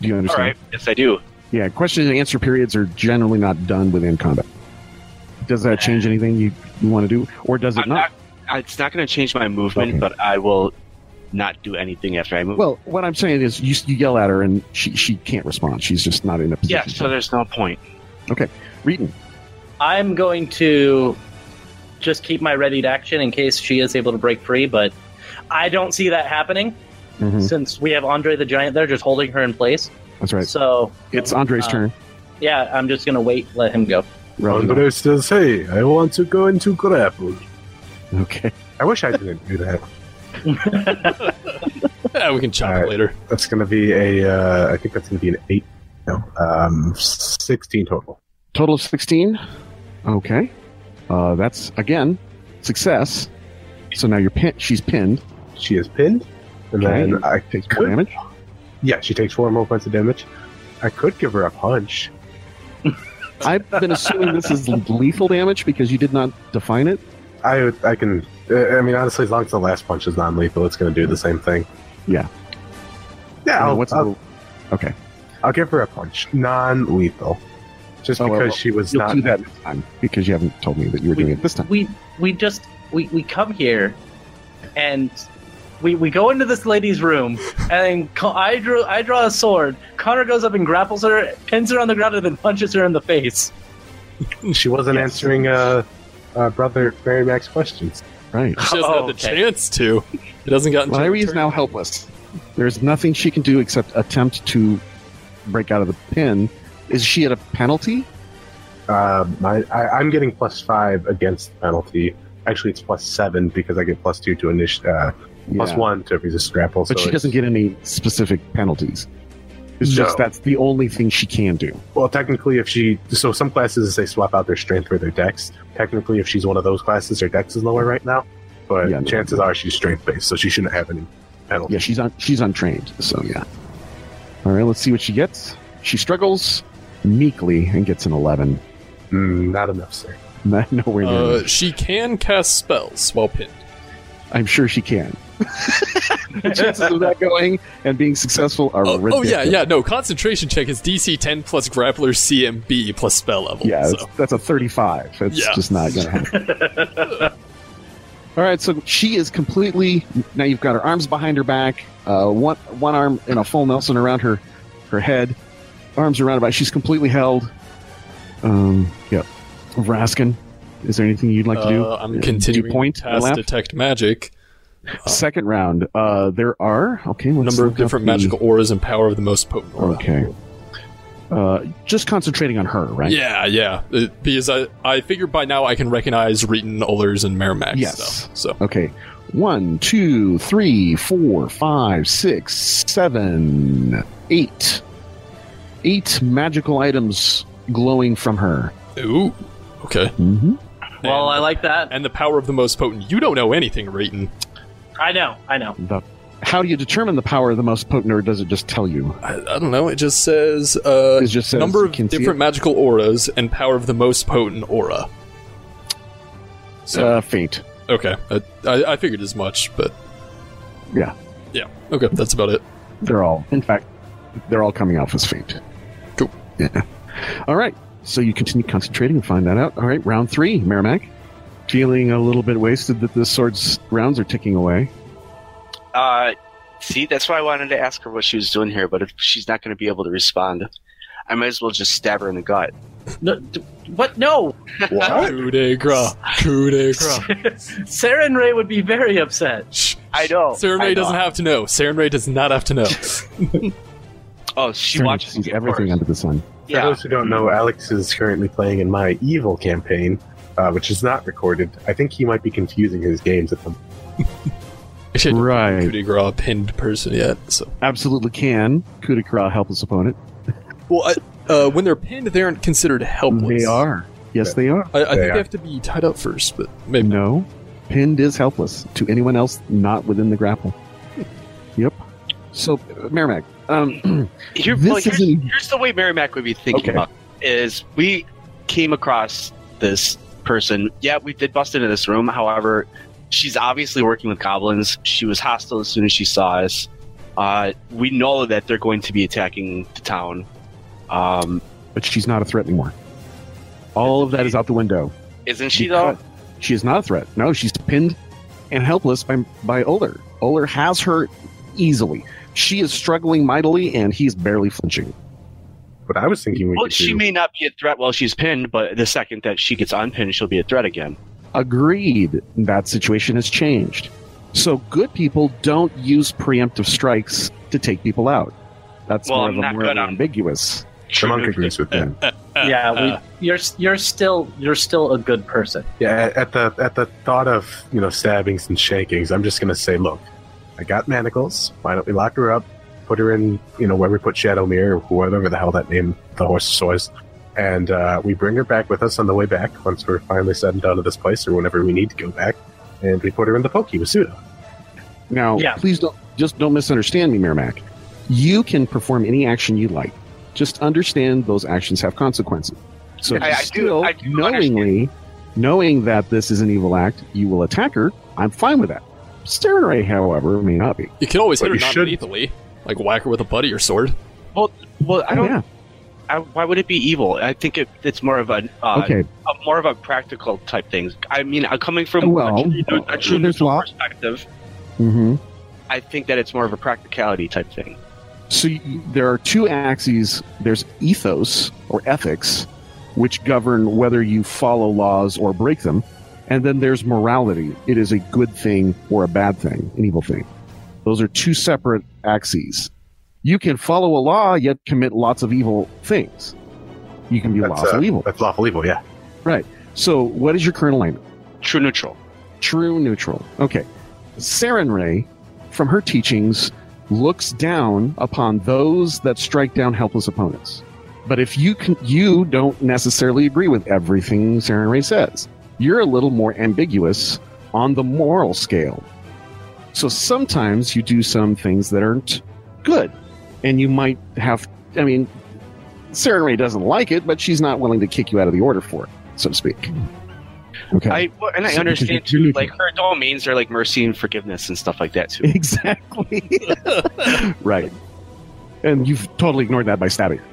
Do you
All
understand?
right. Yes, I do.
Yeah, question and answer periods are generally not done within combat. Does that change anything you, you want to do? Or does it
I'm
not?
not- It's not going to change my movement,
Okay.
but I will not do anything after I move.
Well, what I'm saying is you, you yell at her and she, she can't respond. She's just not in a position.
yeah. So there's no point.
Reading.
I'm going to just keep my ready to action in case she is able to break free, but I don't see that happening
Mhm,
since we have Andre the Giant there just holding her in place.
That's right.
So,
It's Andre's
Uh,
turn.
yeah, I'm just going to wait, let him go.
Round
Andre says, hey, I want to go into grapple.
Okay.
I wish I didn't do that.
Yeah, we can chop
All
it
right.
later.
That's going to be a, uh, I think that's going to be an 8. No, um, 16 total.
Total of 16. Okay. Uh, that's, again, success. So now you're pin- she's pinned.
She is pinned, and
Okay.
then I
Takes
could
more damage.
Yeah, she takes four more points of damage. I could give her a punch.
I've been assuming this is lethal damage because you did not define it.
I I can. Uh, I mean, honestly, as long as the last punch is non-lethal, it's going to do the same thing.
Yeah.
Yeah,
And
I'll,
what's
I'll,
the- okay.
I'll give her a punch, non-lethal, just
Oh, well,
because
well,
she was
You'll
not.
do that next time because you haven't told me that you were doing it this time.
We we just we, we come here and we, we go into this lady's room and then Co- I drew I draw a sword. Connor goes up and grapples her, pins her on the ground, and then punches her in the face.
She wasn't
Yes.
answering uh, uh, brother Mary Mac's questions.
Right.
She doesn't have the
okay.
chance to. It doesn't got.
Larry is now helpless. There's nothing she can do except attempt to break out of the pin. Is she at a penalty?
Uh, my, I, I'm getting plus five against the penalty. Actually, it's plus seven because I get plus two to initial, uh, plus
Yeah.
one to resist grapple.
But
so
she
it's-
doesn't get any specific penalties. It's just
No.
that's the only thing she can do.
Well, technically, if she so some classes they swap out their strength for their dex. Technically, if she's one of those classes, her dex is lower right now. But
Yeah, no.
chances are she's strength based, so she shouldn't have any penalty.
Yeah, she's un- she's untrained, so yeah. All right, let's see what she gets. She struggles meekly and gets an eleven.
Mm, not enough, sir.
Not nowhere near.
Uh, she can cast spells while pinned.
I'm sure she can. The chances of that going and being successful are
Oh, oh,
ridiculous.
yeah, yeah. No, concentration check is DC 10 plus grappler CMB plus spell level.
Yeah,
so.
that's- that's a 35. That's
Yeah.
just not going to happen. All right, so she is completely. Now you've got her arms behind her back, uh, one one arm in a full Nelson around her her head, arms around her back. She's completely held. Um, yep. Raskin, is there anything you'd like to do?
Uh, I'm
Do you
continuing
point
to
or laugh?
cast detect magic.
Second round. Uh, there are okay. let's
number
look
of
up
different
the-
magical auras and power of the most potent aura.
Okay. Uh, just concentrating on her, right?
Yeah, yeah. Uh, because I, I figured by now I can recognize Reeton, Ullers, and Merrimack
Yes.
stuff. So
Okay. One, two, three, four, five, six, seven, eight. Eight magical items glowing from her.
Ooh. Okay.
Mm-hmm.
Well, I
and,
like that.
and the power of the most potent. You don't know anything, Reeton.
I know, I know.
The, how do you determine the power of the most potent, or does it just tell you?
I, I don't know. It just says uh
It just says
number
you
of
can see
different magical auras and power of the most potent aura.
it? Uh, fate.
Okay. I, I, I figured as much, but
Yeah.
Yeah. Okay, that's about it.
They're all, in fact, they're all coming off as fate.
Cool.
Yeah. All right. So you continue concentrating and find that out. All right, round three, Merrimack. Feeling a little bit wasted that the sword's rounds are ticking away.
Uh, see, that's why I wanted to ask her what she was doing here, but if she's not going to be able to respond, I might as well just stab her in the gut.
No, d- what? No,
What?
Coup de grace. Coup de grace.
Saren Ray would be very upset.
Shh.
I know.
Saren
I
Ray
know.
doesn't have to know. Saren Ray does not have to know.
Oh, she
Turn-
watches
sees
me, of
everything
course.
under the sun.
For
Yeah.
those who don't know, Alex is currently playing in my evil campaign, uh, which is not recorded. I think he might be confusing his games at the
Shit, coup
Right.
de grace pinned person yet. So,
Absolutely can. Coup de grace, helpless opponent.
well, I, uh, when they're pinned, they aren't considered helpless.
They are. Yes, they are.
I, I
They
think
are.
they have to be tied up first, but maybe not.
No. Pinned is helpless to anyone else not within the grapple. Yep. So, Merrimack, um,
Here,
This
well, here's,
isn't-
here's the way Mary Mac would be thinking
Okay.
about it, is we came across this person. Yeah, we did bust into this room. However, she's obviously working with goblins. She was hostile as soon as she saw us. Uh, we know that they're going to be attacking the town. Um,
but she's not a threat anymore. All of that is out the window.
isn't she
Because-
though?
She is not a threat. No, she's pinned and helpless by by Oler. Oler has her easily. She is struggling mightily, and he's barely flinching.
What I was thinking we
Well,
could
she
do.
may not be a threat while she's pinned, but the second that she gets unpinned, she'll be a threat again.
Agreed. That situation has changed. So good people don't use preemptive strikes to take people out. That's
Well,
more
I'm
of a
not
more
good on-
ambiguous.
the monk agrees with me.
yeah, we, you're you're still you're still a good person.
Yeah, at the at the thought of you know stabbings and shankings, I'm just gonna say, look, I got manacles. Why don't we lock her up, put her in you know where we put Shadowmere or whatever the hell that name the horse was, and uh, we bring her back with us on the way back once we're finally settled down to this place or whenever we need to go back, and we put her in the pokey with Suda.
Now,
Yeah.
please don't just don't misunderstand me, Merrimack. You can perform any action you like. Just understand those actions have consequences. So
I- I do-
still,
I do
knowingly, knowing that this is an evil act, you will attack her. I'm fine with that. Stern Ray, however, may not be.
You can always hit
But
her
you should-
non-lethally, like whack her with a buddy or sword.
Well, I don't.
Oh, Yeah.
I, why would it be evil? I think it, it's more of an uh,
okay.
a, more of a practical type thing. I mean, uh, coming from
Well,
a true, a true
there's
neutral
law.
perspective,
hmm
I think that it's more of a practicality type thing.
So y there are two axes. There's ethos or ethics, which govern whether you follow laws or break them, and then there's morality. It is a good thing or a bad thing, an evil thing. Those are two separate axes. You can follow a law yet commit lots of evil things. You can be
That's,
lawful
uh,
evil.
That's lawful evil, yeah.
So, what is your current alignment?
True neutral.
True neutral. Okay. Saren Ray, from her teachings, looks down upon those that strike down helpless opponents. But if you can, you don't necessarily agree with everything Saren Ray says, you're a little more ambiguous on the moral scale. So sometimes you do some things that aren't good, and you might have. I mean, Saren Ray doesn't like it, but she's not willing to kick you out of the order for it, so to speak. Okay.
I well, and I
So-
understand too. Like her domains are like mercy and forgiveness and stuff like that too.
Exactly. right. And you've totally ignored that by stabbing. her.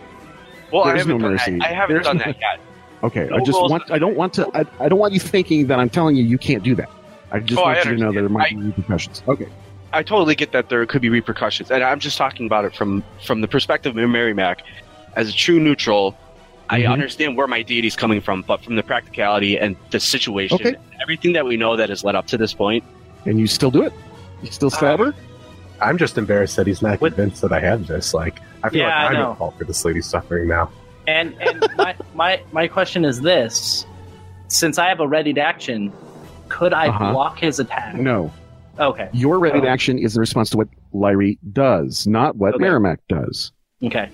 Well, I
There's
haven't
no
done
mercy.
that. I haven't
There's
done
no-
that yet.
Okay. I
No
just
rules.
want. I don't want to. I, I don't want you thinking that I'm telling you you can't do that. I just
Oh, I
want you to know that there might
understand.
be repercussions. Okay.
I totally get that there could be repercussions, and I'm just talking about it from from the perspective of Mary Mac as a true neutral. I
Mm-hmm.
Mhm.
understand where my deity's coming from, but from the practicality and the situation,
Okay.
everything that we know that has led up to this point,
And you still do it. You still
Uh,
stab her.
I'm just embarrassed that he's not
What-
convinced that I have this. Like, I feel
Yeah, I
like I'm
know.
at fault for this lady's suffering now.
And and my, my my question is this: since I have a readied action, could I
Uh-huh.
block his attack?
No.
Okay,
Your ready to action is in response to what Lyrie does, not what
Okay.
Merrimack does.
okay,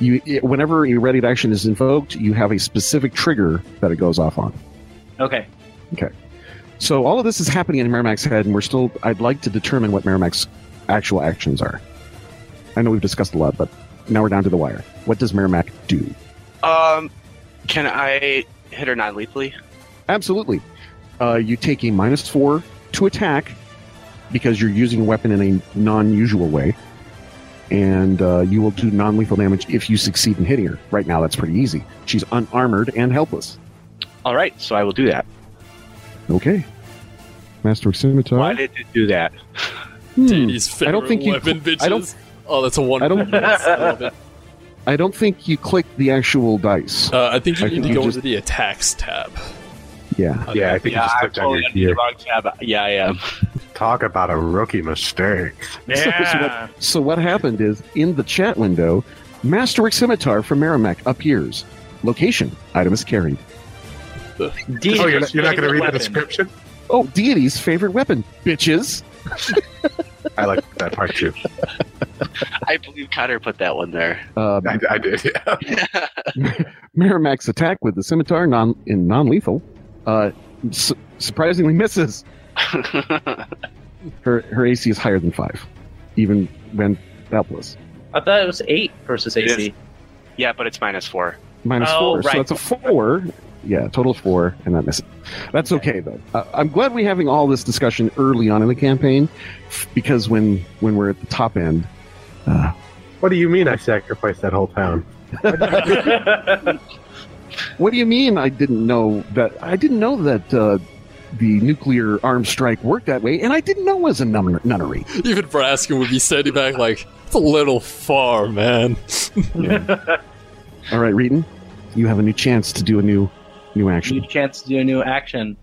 You, it- whenever your ready to action is invoked, you have a specific trigger that it goes off on.
okay.
So all of this is happening in Merrimack's head, and we're still. I'd like to determine what Merrimack's actual actions are. I know we've discussed a lot, but now we're down to the wire. What does Merrimack do?
um, can I hit her non-lethally?
Absolutely, uh, you take a minus four to attack because you're using a weapon in a non-usual way, and uh, you will do non lethal damage if you succeed in hitting her. Right now, that's pretty easy. She's unarmored and helpless.
All right, so I will do that.
Okay. Master of Scimitar.
Why did you do that?
Hmm.
Deity's favorite
I don't think you
weapon,
cl-
bitches.
I don't-
oh, that's a one.
I don't-
love it.
I don't think you clicked the actual dice.
Uh, I think you
I
need
think
to
you
go
just-
into the attacks tab.
yeah.
Oh,
Yeah, I think you
yeah,
just
I'm
clicked on
totally
your
under the
gear.
wrong tab. Yeah, I am.
Talk about a rookie mistake.
Yeah.
So what happened is in the chat window, Masterwork Scimitar from Merrimack appears. Location: item is carried.
Deity's
oh, you're not, you're not going to
favorite
read the
weapon.
description?
Oh, deity's favorite weapon, bitches.
I like that part too.
I believe Connor put that one there.
Uh,
I, I did. Yeah.
Merrimack's attack with the scimitar non in non-lethal uh, su- surprisingly misses. Her her AC is higher than five, even when helpless.
I thought it was eight versus
It
AC.
is. yeah, but it's minus four.
Minus
Oh,
four,
right.
so that's a four. Yeah, total of four, and that misses. That's okay though. Uh, I'm glad we're having all this discussion early on in the campaign, f- because when when we're at the top end, uh,
What do you mean I sacrificed that whole town?
what do you mean? I didn't know that. I didn't know that uh, the nuclear armed strike worked that way, and I didn't know it was a nun- nunnery.
Even Braskin would be sending back like, "It's a little far, man."
All right, Reeton, you have a new chance to do a new new
new
action.
chance to do a new action.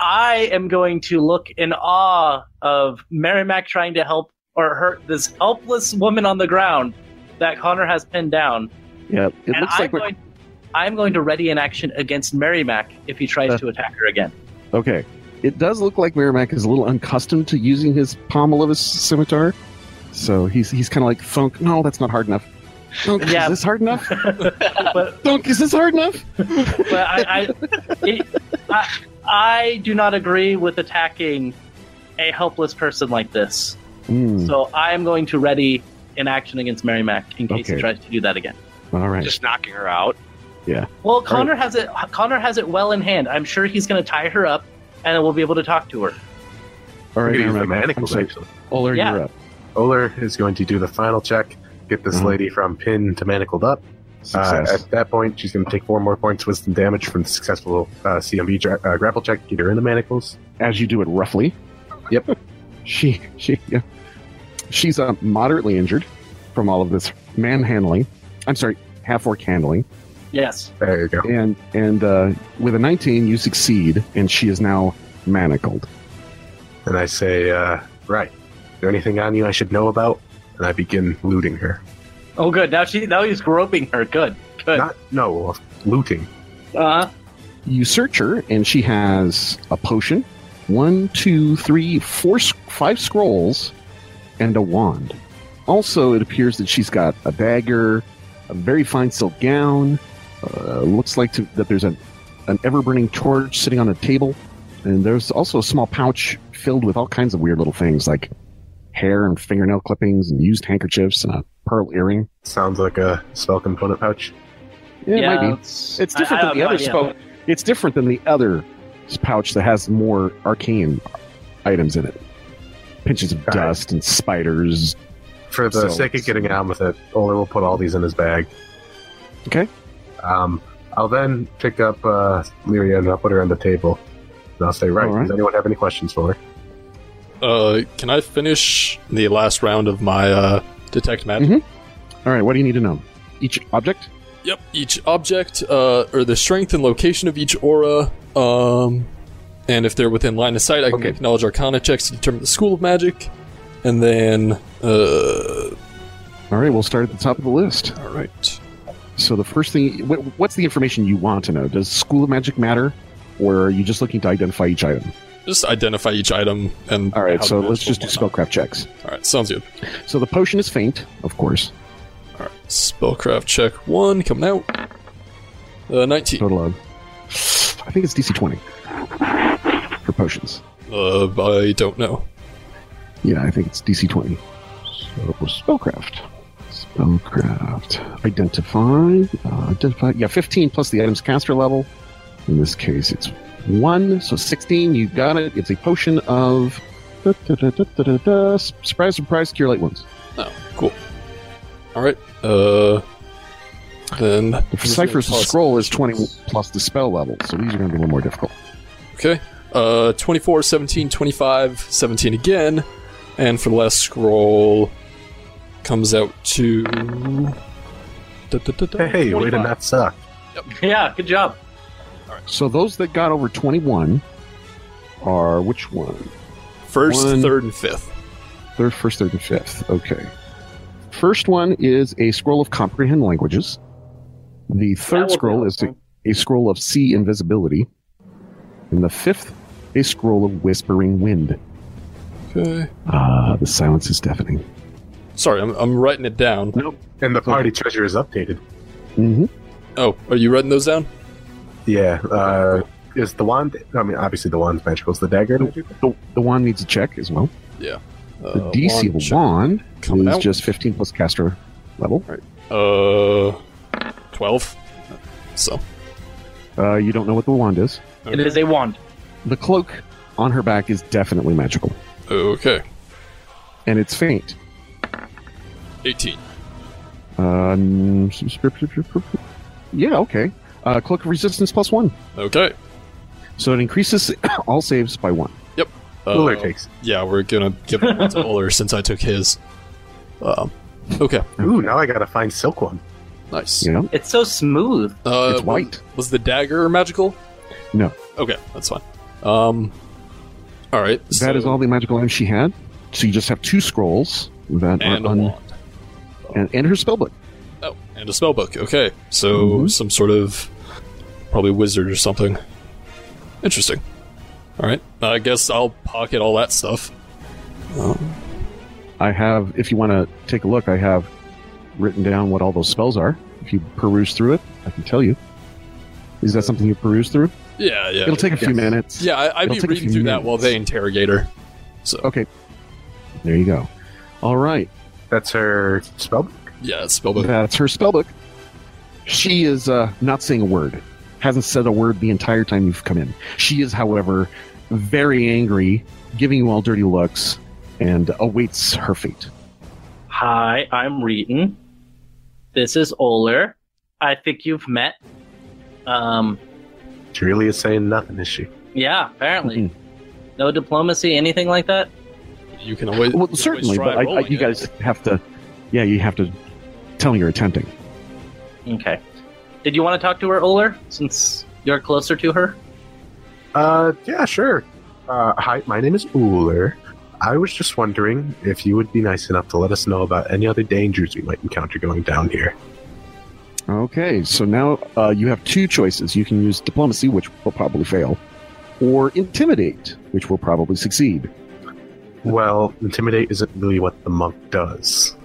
I am going to look in awe of Merrimack trying to help or hurt this helpless woman on the ground that Connor has pinned down.
Yeah, it
Mm-hmm. and
looks
I'm,
like we're,
going, I'm going to ready an action against Merrimack if he tries
Uh.
to attack her again.
okay. It does look like Merrimack is a little unaccustomed to using his pommel of his scimitar, so he's he's kind of like thunk. No, that's not hard enough. Thunk,
Yeah.
is this hard enough?
But-
thunk, is this hard enough?
But I, I, it, I, I do not agree with attacking a helpless person like this.
Hmm,
So I am going to ready an action against Merrimack in case
Okay.
he tries to do that again.
all right.
Just knocking her out.
Well, Connor has it. Connor has it well in hand. I'm sure he's going to tie her up, and then we'll be able to talk to her.
All
We're
right,
gonna use the
Merrimack, I'm
manacles,
sorry.
actually.
Oler,
Yeah.
you're up.
Oler is going to do the final check, get this
Mhm.
lady from pinned to manacled up. Uh,
Success.
at that point, she's going to take four more points wisdom damage from the successful uh, CMB dra- uh, grapple check, get her in the manacles.
as you do it roughly.
Yep.
she she yeah. She's uh, moderately injured from all of this manhandling. I'm sorry, half orc handling.
Yes.
There you go.
And and uh, with a 19, you succeed, and she is now manacled.
And I say, uh, right, is there anything on you I should know about? And I begin looting her.
Oh, good. Now she. Now he's groping her. Good. Good.
Not, no, looting.
Uh,
You search her, and she has a potion, one, two, three, four, s- five scrolls, and a wand. Also, it appears that she's got a dagger, a very fine silk gown. Uh, looks like to, that there's an, an ever burning torch sitting on a table, and there's also a small pouch filled with all kinds of weird little things like hair and fingernail clippings and used handkerchiefs and a pearl earring.
Sounds like a spell component pouch.
Yeah, it might be.
It's,
It's different than the other spell. It's different than the other pouch that has more arcane items in it. Pinches of
Got it.
dust and spiders.
For the
So-
sake of getting on with it, Oler will put all these in his bag.
Okay.
Um, I'll then pick up uh, Lyria and I'll put her on the table. And I'll say, right,
All right.
does anyone have any questions for her?
Uh, can I finish the last round of my uh, detect magic?
All right, what do you need to know? Each object?
Yep. Each object, uh, or the strength and location of each aura, um, and if they're within line of sight, I can
Okay.
make knowledge arcana checks to determine the school of magic, and then, uh,
All right, we'll start at the top of the list.
all right.
So the first thing, what, what's the information you want to know? Does School of Magic matter, or are you just looking to identify each item?
Just identify each item and.
All right,
how
so
to
let's
magical
just do
and whatnot.
spellcraft checks.
All right, sounds good.
So the potion is faint, of course.
All right, spellcraft check one coming out. Uh, nineteen.
Total of, I think it's DC twenty for potions.
Uh, I don't know.
Yeah, I think it's DC 20. So spellcraft. Spellcraft. Identify. Uh, identify. Yeah, 15 plus the item's caster level. In this case, it's 1. So 16, you got it. It's a potion of. da, da, da, da, da, da, da. Surprise, surprise, cure light wounds.
Oh, cool. All right. Uh, then
Cypher's
Plus-
scroll is 20 plus the spell level, so these are going to be a little more difficult.
Okay. Uh, 24, 17, 25, 17 again. And for the last scroll, comes out to. da, da, da, da,
Hey, way to
25.
not suck.
Yeah, good job.
So those that got over 21 are which one?
First,
One.
third, and fifth.
Third, first, third, and fifth. Okay. First one is a scroll of comprehend languages. The
That
third
will
scroll
help.
is a, a scroll of sea invisibility. And the fifth, a scroll of whispering wind.
Okay.
Ah, the silence is deafening.
Sorry, I'm, I'm writing it down.
And the party treasure is updated.
Mm-hmm.
Oh, are you writing those down?
Yeah. Uh, is the wand? I mean, obviously the wand's magical. Is the dagger? magical?
The, the wand needs a check as well.
Uh,
The DC
one
of the
check
wand
coming
is
out.
just 15 plus caster level.
Uh, 12. So.
Uh, you don't know what the wand is.
It is a wand.
The cloak on her back is definitely magical,
Okay.
and it's faint.
18.
Um, yeah, okay. Uh, cloak of resistance plus one,
Okay.
so it increases all saves by one.
Uh,
Wheeler takes.
Yeah, we're gonna give that one to Uller since I took his. Um, okay,
Ooh, now I gotta find silk one.
nice.
You know,
It's so smooth.
Uh,
it's white.
Was, was the dagger magical?
No.
Okay, that's fine. Um, all right.
that is all the magical items she had. So you just have two scrolls that
And
are
a
on,
wand.
and, and her spellbook.
Oh, and a spell book. Okay, so
Mhm.
some sort of probably wizard or something. Interesting. All right, I guess I'll pocket all that stuff.
I have, if you want to take a look, I have written down what all those spells are. If you peruse through it, I can tell you. Is that something you peruse through?
Yeah, yeah.
It'll take a few
Yes.
minutes.
Uh, yeah, I, I'd
it'll
be
take a
reading
few
through that
minutes.
while they interrogate her. So
Okay. There you go. All right.
That's her spell.
yeah, spell book.
That's her spellbook. She is uh, not saying a word. Hasn't said a word the entire time you've come in. She is, however, very angry, giving you all dirty looks, and awaits her fate.
Hi, I'm Reeton. This is Oler. I think you've met. Um,
She really is saying nothing, is she?
yeah, apparently.
Mhm.
No diplomacy, anything like that?
You can always
Well,
you can
certainly,
always try
but I, I,
rolling
you
it.
guys have to. Yeah, you have to tell me you're attempting.
Okay. Did you want to talk to her, Oler, since you're closer to her?
Uh, yeah, sure. Uh, hi, my name is Uller. I was just wondering if you would be nice enough to let us know about any other dangers we might encounter going down here.
Okay, so now uh, you have two choices. You can use diplomacy, which will probably fail, or intimidate, which will probably succeed.
Well, intimidate isn't really what the monk does.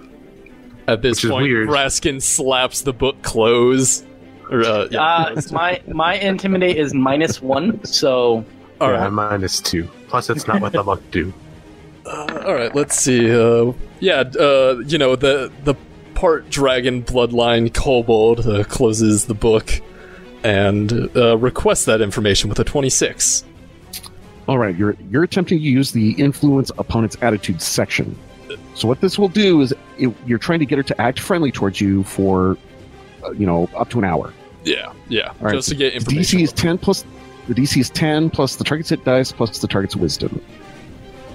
At this
Which is
point,
weird.
Raskin slaps the book close. Or, uh, yeah,
Uh,
closed.
my my intimidate is minus one, so
all
yeah,
right,
I'm minus two. Plus, it's not what the monk do.
uh, all right. Let's see. Uh, yeah, uh, you know the the part dragon bloodline kobold uh, closes the book and uh, requests that information with a twenty six.
All right, you're you're attempting to use the influence opponent's attitude section. So what this will do is it, you're trying to get her to act friendly towards you for, uh, you know, up to an hour.
Yeah, yeah.
All right,
just to get
The DC
information.
is ten plus the DC is ten plus the target's hit dice plus the target's wisdom.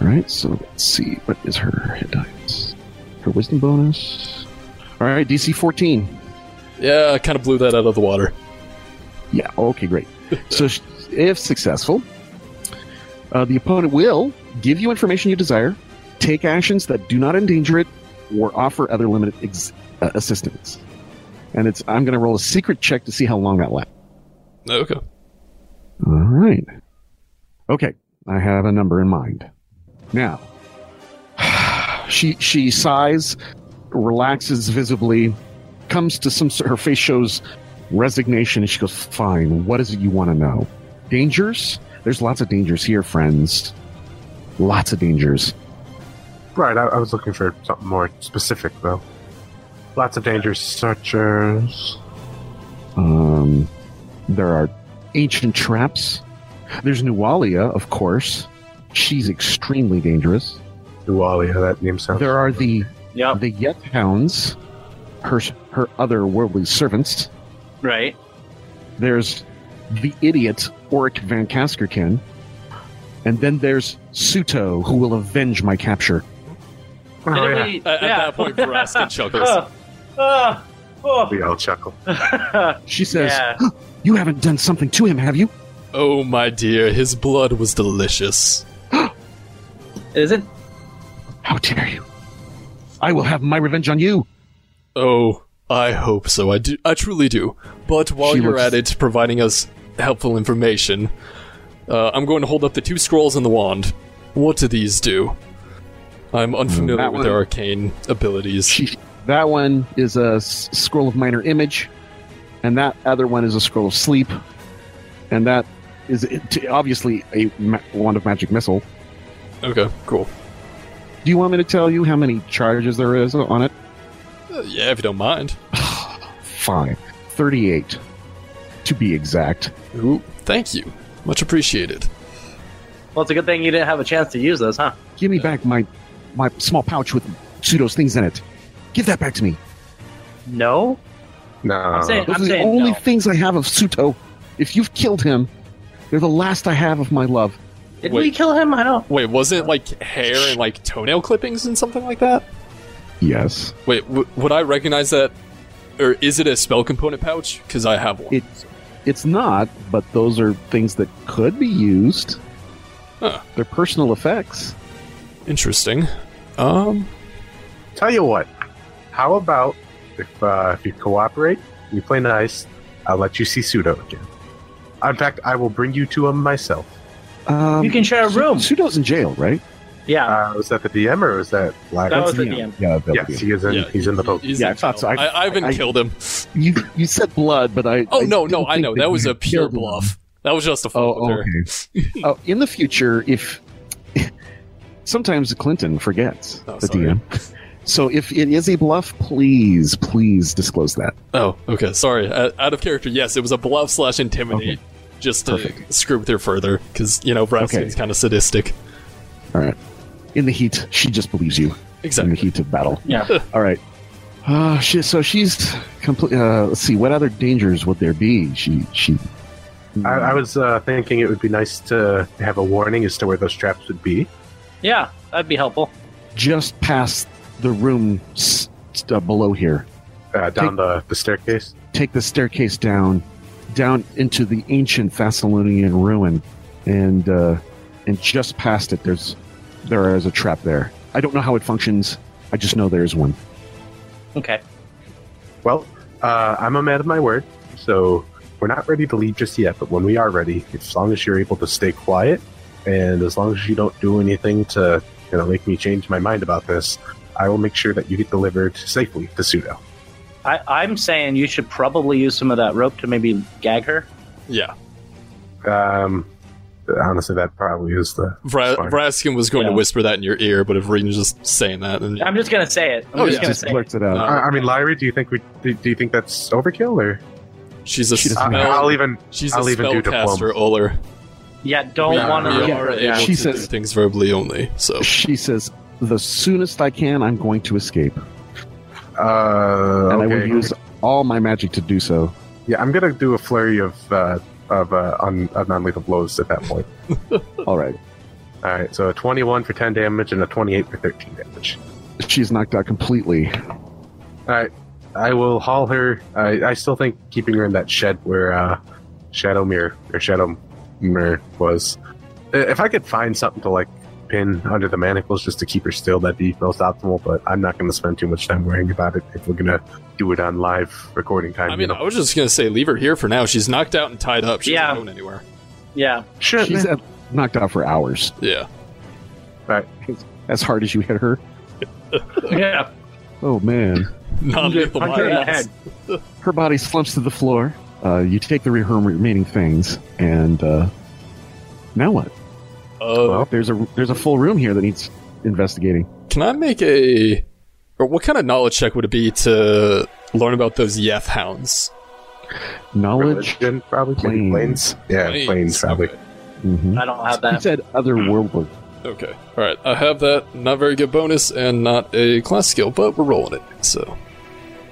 All right, so let's see what is her hit dice, her wisdom bonus. All right, DC fourteen.
yeah, I kind of blew that out of the water.
Yeah. Okay. Great. so, sh- if successful, uh, the opponent will give you information you desire, take actions that do not endanger it, or offer other limited ex- uh, assistance. And it's I'm going to roll a secret check to see how long that lasts.
Okay.
All right. Okay. I have a number in mind. Now, she she sighs, relaxes visibly, comes to some sort. Her face shows resignation, and she goes, "Fine. What is it you want to know? Dangers? There's lots of dangers here, friends. Lots of dangers.
Right, I, I was looking for something more specific, though. Lots of dangers, such as.
Um, there are ancient traps. There's Nualia, of course. She's extremely dangerous.
Nualia, that name sounds.
There are the
yep.
the Yet Hounds, her her other worldly servants.
Right.
There's the idiot Oric Van Kaskerkin, and then there's Suto, who will avenge my capture.
Oh,
Didn't
yeah.
we-
At, at
yeah.
that point, Veraskin chuckles.
Oh, oh, oh.
We all chuckle.
She says,
Yeah.
"You haven't done something to him, have you?"
Oh my dear, his blood was delicious.
Is it?
How dare you! I will have my revenge on you.
Oh, I hope so. I do. I truly do. But while
She
you're
looks-
at it, providing us helpful information, uh, I'm going to hold up the two scrolls and the wand. What do these do? I'm unfamiliar
that
with their
one-
arcane abilities.
She, that one is a s- scroll of minor image, and that other one is a scroll of sleep, and that is it- obviously a ma- wand of magic missile.
okay, cool.
Do you want me to tell you how many charges there is on it?
Uh, yeah, if you don't mind.
Fine, thirty-eight, to be exact.
Ooh, thank you. Much appreciated.
Well, it's a good thing you didn't have a chance to use those, huh?
Give me back my my small pouch with pseudo's things in it. Give that back to me.
No.
No.
saying-
Those
I'm
are the only
no.
things I have of Suto. If you've killed him, they're the last I have of my love.
Did
Wait.
we kill him? I don't.
Wait, wasn't it like hair and like toenail clippings and something like that?
Yes.
Wait, w- would I recognize that? Or is it a spell component pouch? Because I have one.
It's it's not, but those are things that could be used.
Huh.
They're personal effects.
Interesting. Um,
Tell you what. How about if uh, if you cooperate, you play nice, I'll let you see Pseudo again. Uh, In fact, I will bring you to him myself.
Um,
You can share a
Su-
room.
Sudo's in jail, right?
Yeah.
Uh, was that the DM or was that Black?
Ah. That was the
Yeah.
DM.
Yeah, that'll
yes,
be-
he is in,
yeah,
he's in the boat.
he's
Yeah,
in
I thought
jail.
so. I-
I, I even
I-
killed him.
you you said blood, but I.
Oh no,
didn't
no, I
think
know that was
you
a pure
killed him.
bluff. That was just a
Oh,
fault there.
okay. oh, in the future, if sometimes Clinton forgets
Oh,
the
sorry.
DM, so if it is a bluff, please, please disclose that.
Oh, okay. Sorry, uh, out of character. Yes, it was a bluff slash intimidate, just to
Perfect.
screw with her further, because you know Braskin's
Okay.
kind of sadistic.
All right. In the heat, she just believes you. In the
Exactly.
heat of battle.
Yeah.
All right. Uh, she, so she's complete. Uh, let's see. What other dangers would there be? She she.
I, I was uh, thinking it would be nice to have a warning as to where those traps would be.
Yeah. That'd be helpful.
just past the room s- uh, below here.
Uh, down the, the staircase.
Take the staircase down, down into the ancient Thessalonian ruin, and uh, and just past it, there's there is a trap there. I don't know how it functions. I just know there's one.
Okay.
Well, uh, I'm a man of my word, so we're not ready to leave just yet. But when we are ready, as long as you're able to stay quiet, and as long as you don't do anything to you know make me change my mind about this, I will make sure that you get delivered safely to Pseudo.
I, I'm saying you should probably use some of that rope to maybe gag her.
Yeah,
Um, honestly, that probably is the
Vra-
Sorry.
Vraskin was going to
Yeah.
whisper that in your ear, but if Regan's just saying that, then
I'm just gonna say it. I'm
Oh,
just
yeah.
gonna
Just
say it.
blurts it out.
Uh,
I, I mean, Lyra, do you think we do, do you think that's overkill or?
she's a
She doesn't
I,
No.
spell.
I'll even
She's
I'll
a
even do
spellcaster,
diploma.
Oler.
Yeah. Don't
Yeah,
want
We
to.
yeah.
are
yeah.
able
She
to do
says-
things verbally only.
uh,
So
She says, "The soonest I can, I'm going to escape,
Uh,
and I will
okay.
use all my magic to do so."
Yeah, I'm gonna do a flurry of uh, of uh, un, of non-lethal blows at that point.
All right.
All right, so a 21 for 10 damage and a 28 for 13 damage.
She's knocked out completely.
All right, I will haul her. I, I still think keeping her in that shed where uh, Shadowmere or Shadowmere was. I- If I could find something to like pin under the manacles just to keep her still, that'd be most optimal. But I'm not going to spend too much time worrying about it if we're going to do it on live recording time.
I
you
mean, uh, I
know.
was just gonna say leave her here for now. She's knocked out and tied up. She's
Yeah.
not going anywhere.
Yeah.
Shit,
She's
man.
uh, knocked out for hours.
Yeah.
As hard as you hit her.
Yeah.
Oh man.
Not lethal
punch her in the
violence.
head.
her body slumps to the floor. Uh, you take the re- her remaining things, and uh, now what?
Uh,
Well,
There's a there's a full room here that needs investigating.
Can I make a or what kind of knowledge check would it be to learn about those Yeth hounds?
Knowledge.
religion, probably. Maybe
Planes.
Planes. Yeah, planes, probably.
Okay.
Mhm.
I don't have
You
that.
said otherworldly.
okay. All right. I have that. Not very good bonus and not a class skill, but we're rolling it. So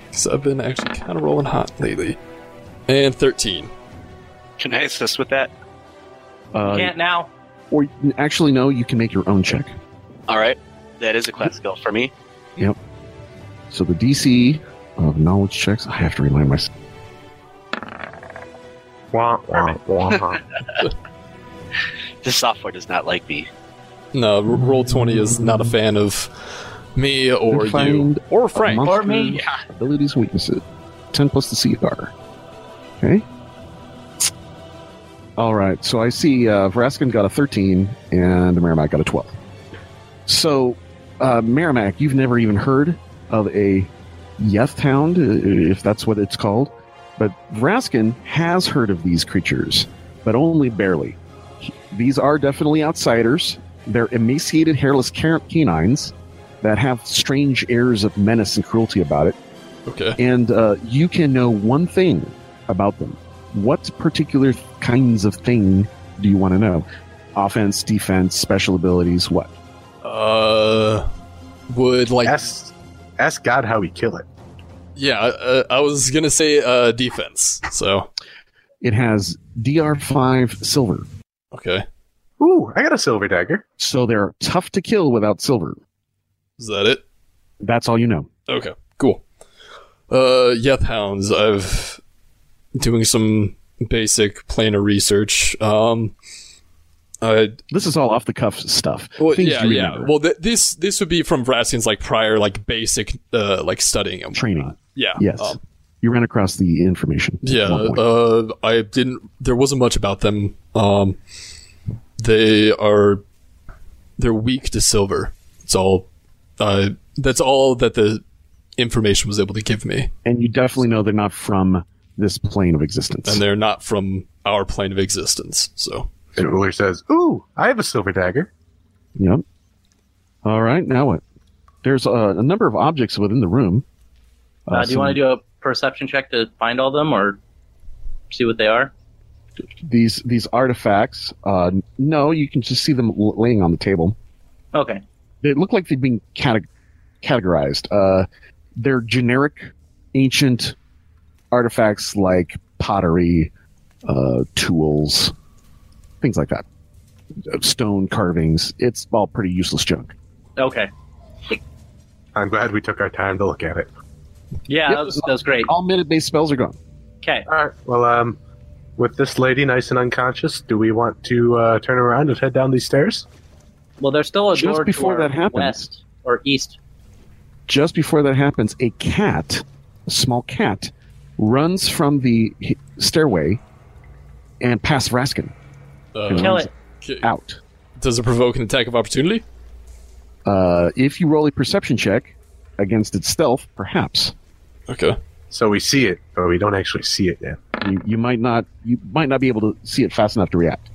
because I've been actually kind of rolling hot lately. And 13.
Can I assist with that?
Uh,
Can't now.
or actually, no, you can make your own check.
All right. That is a
Mm-hmm.
class skill for me.
So the DC of knowledge checks, I have to remind myself.
Wah, wah, wah.
This software does not like me.
No, R- roll 20 is not a fan of me or you
Defined
or Frank.
Monsters,
Or me, yeah.
Abilities, and weaknesses. 10 plus the CR. Okay. All right. So I see uh, Vraskin got a 13 and Merrimack got a 12. So, uh, Merrimack, you've never even heard of a Yeth Hound, i- if that's what it's called. But Vraskin has heard of these creatures, but only barely. These are definitely outsiders. They're emaciated, hairless can- canines that have strange airs of menace and cruelty about it.
Okay.
And uh, you can know one thing about them. What particular th- kinds of thing do you want to know? Offense, defense, special abilities, what?
Uh, would like
ask, ask God how we kill it.
yeah, uh, I was gonna say uh defense. So
It has DR5 silver.
okay,
Ooh, I got a silver dagger.
So they're tough to kill without silver.
is that it?
That's all you know.
Okay, cool. Uh, Yeth Hounds. I've doing some basic planar research. Um, I
This is all off the cuff stuff.
well,
Things
yeah,
you
yeah.
remember.
Well, th- this this would be from Vraskin's like prior like basic uh like studying and
Training.
whatnot. Yeah.
Yes.
um,
you ran across the information. at
yeah.
one point.
Uh, I didn't. There wasn't much about them. Um, they are they're weak to silver. It's all. Uh, that's all that the information was able to give me.
and you definitely know they're not from this plane of existence.
and they're not from our plane of existence. So
And Uller says, Ooh, I have a silver dagger.
Yep. All right, now what? There's a, a number of objects within the room.
Uh, do you want to do a perception check to find all them or see what they are?
these these artifacts? Uh, no, you can just see them l- laying on the table.
Okay.
They look like they've been cate- categorized. Uh, they're generic, ancient artifacts like pottery, uh, tools, things like that. Uh, Stone carvings. It's all pretty useless junk.
Okay.
I'm glad we took our time to look at it.
Yeah,
Yep.
that, was, that was great.
All minute-based spells are gone.
Okay.
All right. Well, um, with this lady nice and unconscious, do we want to uh, turn around and head down these stairs?
Well, there's still a
Just
door to
before
our
that happens-
west or east.
just before that happens, a cat, a small cat, runs from the h- stairway and past Raskin
uh,
Kill it.
k-
out.
does it provoke an attack of opportunity?
Uh, if you roll a perception check against its stealth, perhaps
Okay.
So we see it, but we don't actually see it yet.
you, you might not you might not be able to see it fast enough to react.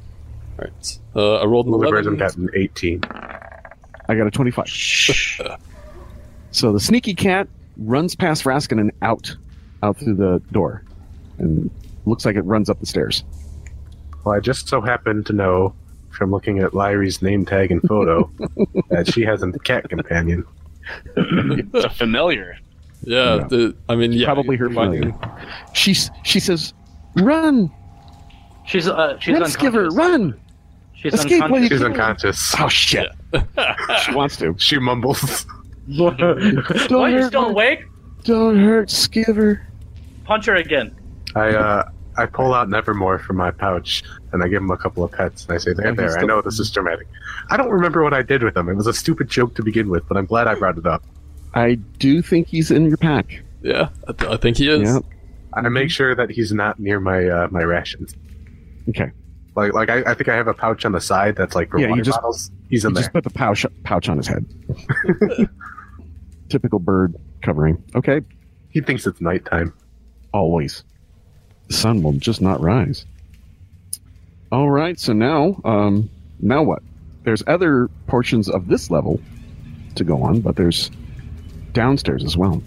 All right. Uh, I rolled an
Liberism
eleven.
got an 18.
I got a twenty-five. So the sneaky cat runs past Raskin and out, out through the door, and looks like it runs up the stairs.
Well, I just so happen to know from looking at Lyrie's name tag and photo that she has a cat companion.
It's a familiar.
Yeah.
Yeah.
The, I mean, yeah.
Probably her
combining-
She s- she says, "Run,
She's uh, she's
let's give her
unconscious.
run."
She's
escape while you
She's
can.
unconscious.
Oh shit! she wants to.
She mumbles.
unconscious.
Don't
Why you
hurt
still
me.
awake?
Don't hurt Skiver.
Punch her again.
I uh, I pull out Nevermore from my pouch and I give him a couple of pets and I say,
Oh,
"There,
he's
there. I
still-
know this is dramatic. I don't remember what I did with them. It was a stupid joke to begin with, but I'm glad I brought it up.
I do think he's in your pack.
Yeah. I, th- I think he is.
Yeah. Mm-hmm.
I make sure that he's not near my uh, my rations.
Okay.
Like like I, I think I have a pouch on the side that's like for
Yeah, you
water
just-
bottles. He's in
You
there.
just put the pouch pouch on his head. Typical bird covering. Okay.
He thinks it's nighttime.
Always. The sun will just not rise. All right. So now, um, now what? There's other portions of this level to go on, but there's downstairs as well.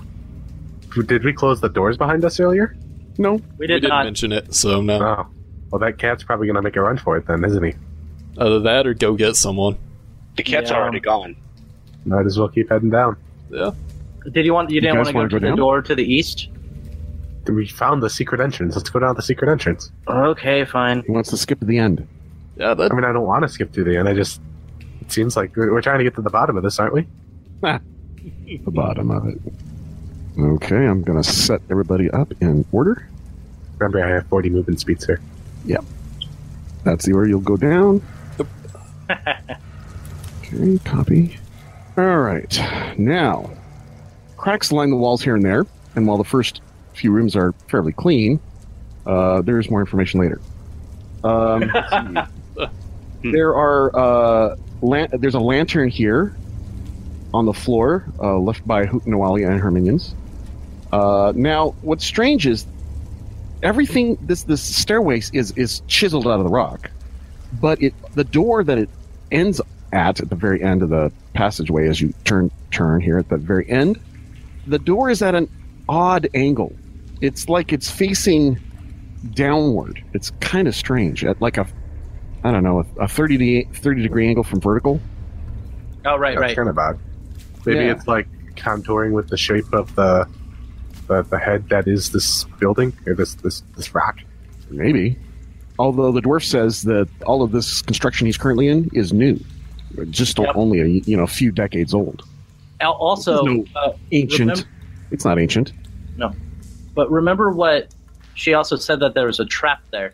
Did we close the doors behind us earlier?
No.
We
We
did
didn't
not.
mention it, so no.
Oh. Well, that cat's probably gonna make a run for it then, isn't he? Uh,
Either that or go get someone.
The cat's
Yeah.
already gone.
Might as well keep heading down.
Yeah.
Did you want? You didn't
guys
want to go
wanna
to
go
the
down?
door to the east?
We found the secret entrance. Let's go down the secret entrance.
Okay, fine.
He wants to skip to the end.
Yeah, that
I mean, I don't want to skip through the end. I just. It seems like we're we're trying to get to the bottom of this, aren't we?
the bottom of it. Okay, I'm gonna set everybody up in order.
Remember, I have 40 movement speed, sir.
That's the order you'll go down. okay, copy. All right, now cracks line the walls here and there, and while the first few rooms are fairly clean, uh, there is more information later. Um, let's see. there are uh, lan- there's a lantern here on the floor uh, left by Hoot Noalia and her minions. Uh, now, what's strange is everything this this stairway is is chiseled out of the rock, but it the door that it ends at at the very end of the passageway as you turn turn here at the very end, the door is at an odd angle. It's like it's facing downward. It's kind of strange at like a I don't know a, a 30 de- 30 degree angle from vertical.
Oh, right,
That's
right.
kind of odd. Maybe
Yeah.
it's like contouring with the shape of the, the the head that is this building or this this this rock.
Maybe. Although the dwarf says that all of this construction he's currently in is new, just
Yep.
only a you know few decades old.
Al Also,
No.
uh,
Ancient.
Remem-
it's not ancient.
but remember what she also said that there was a trap there.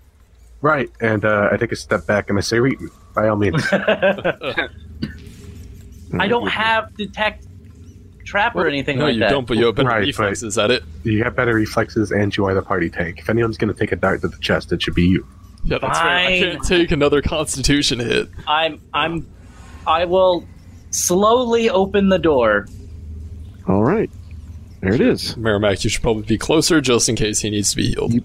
Right. And uh, I take a step back and I say, "Reeton, by all means."
I don't have detect trap or anything
no,
like
you
that.
don't. But you have better
Right,
reflexes at it.
you have better reflexes and you are the party tank. If anyone's going to take a dart to the chest, it should be you.
Yeah, that's right. I
Fine.
can't take another Constitution hit.
I'm I'm I will slowly open the door.
All right. There it is.
Merrimack, you should probably be closer just in case he needs to be healed.
You-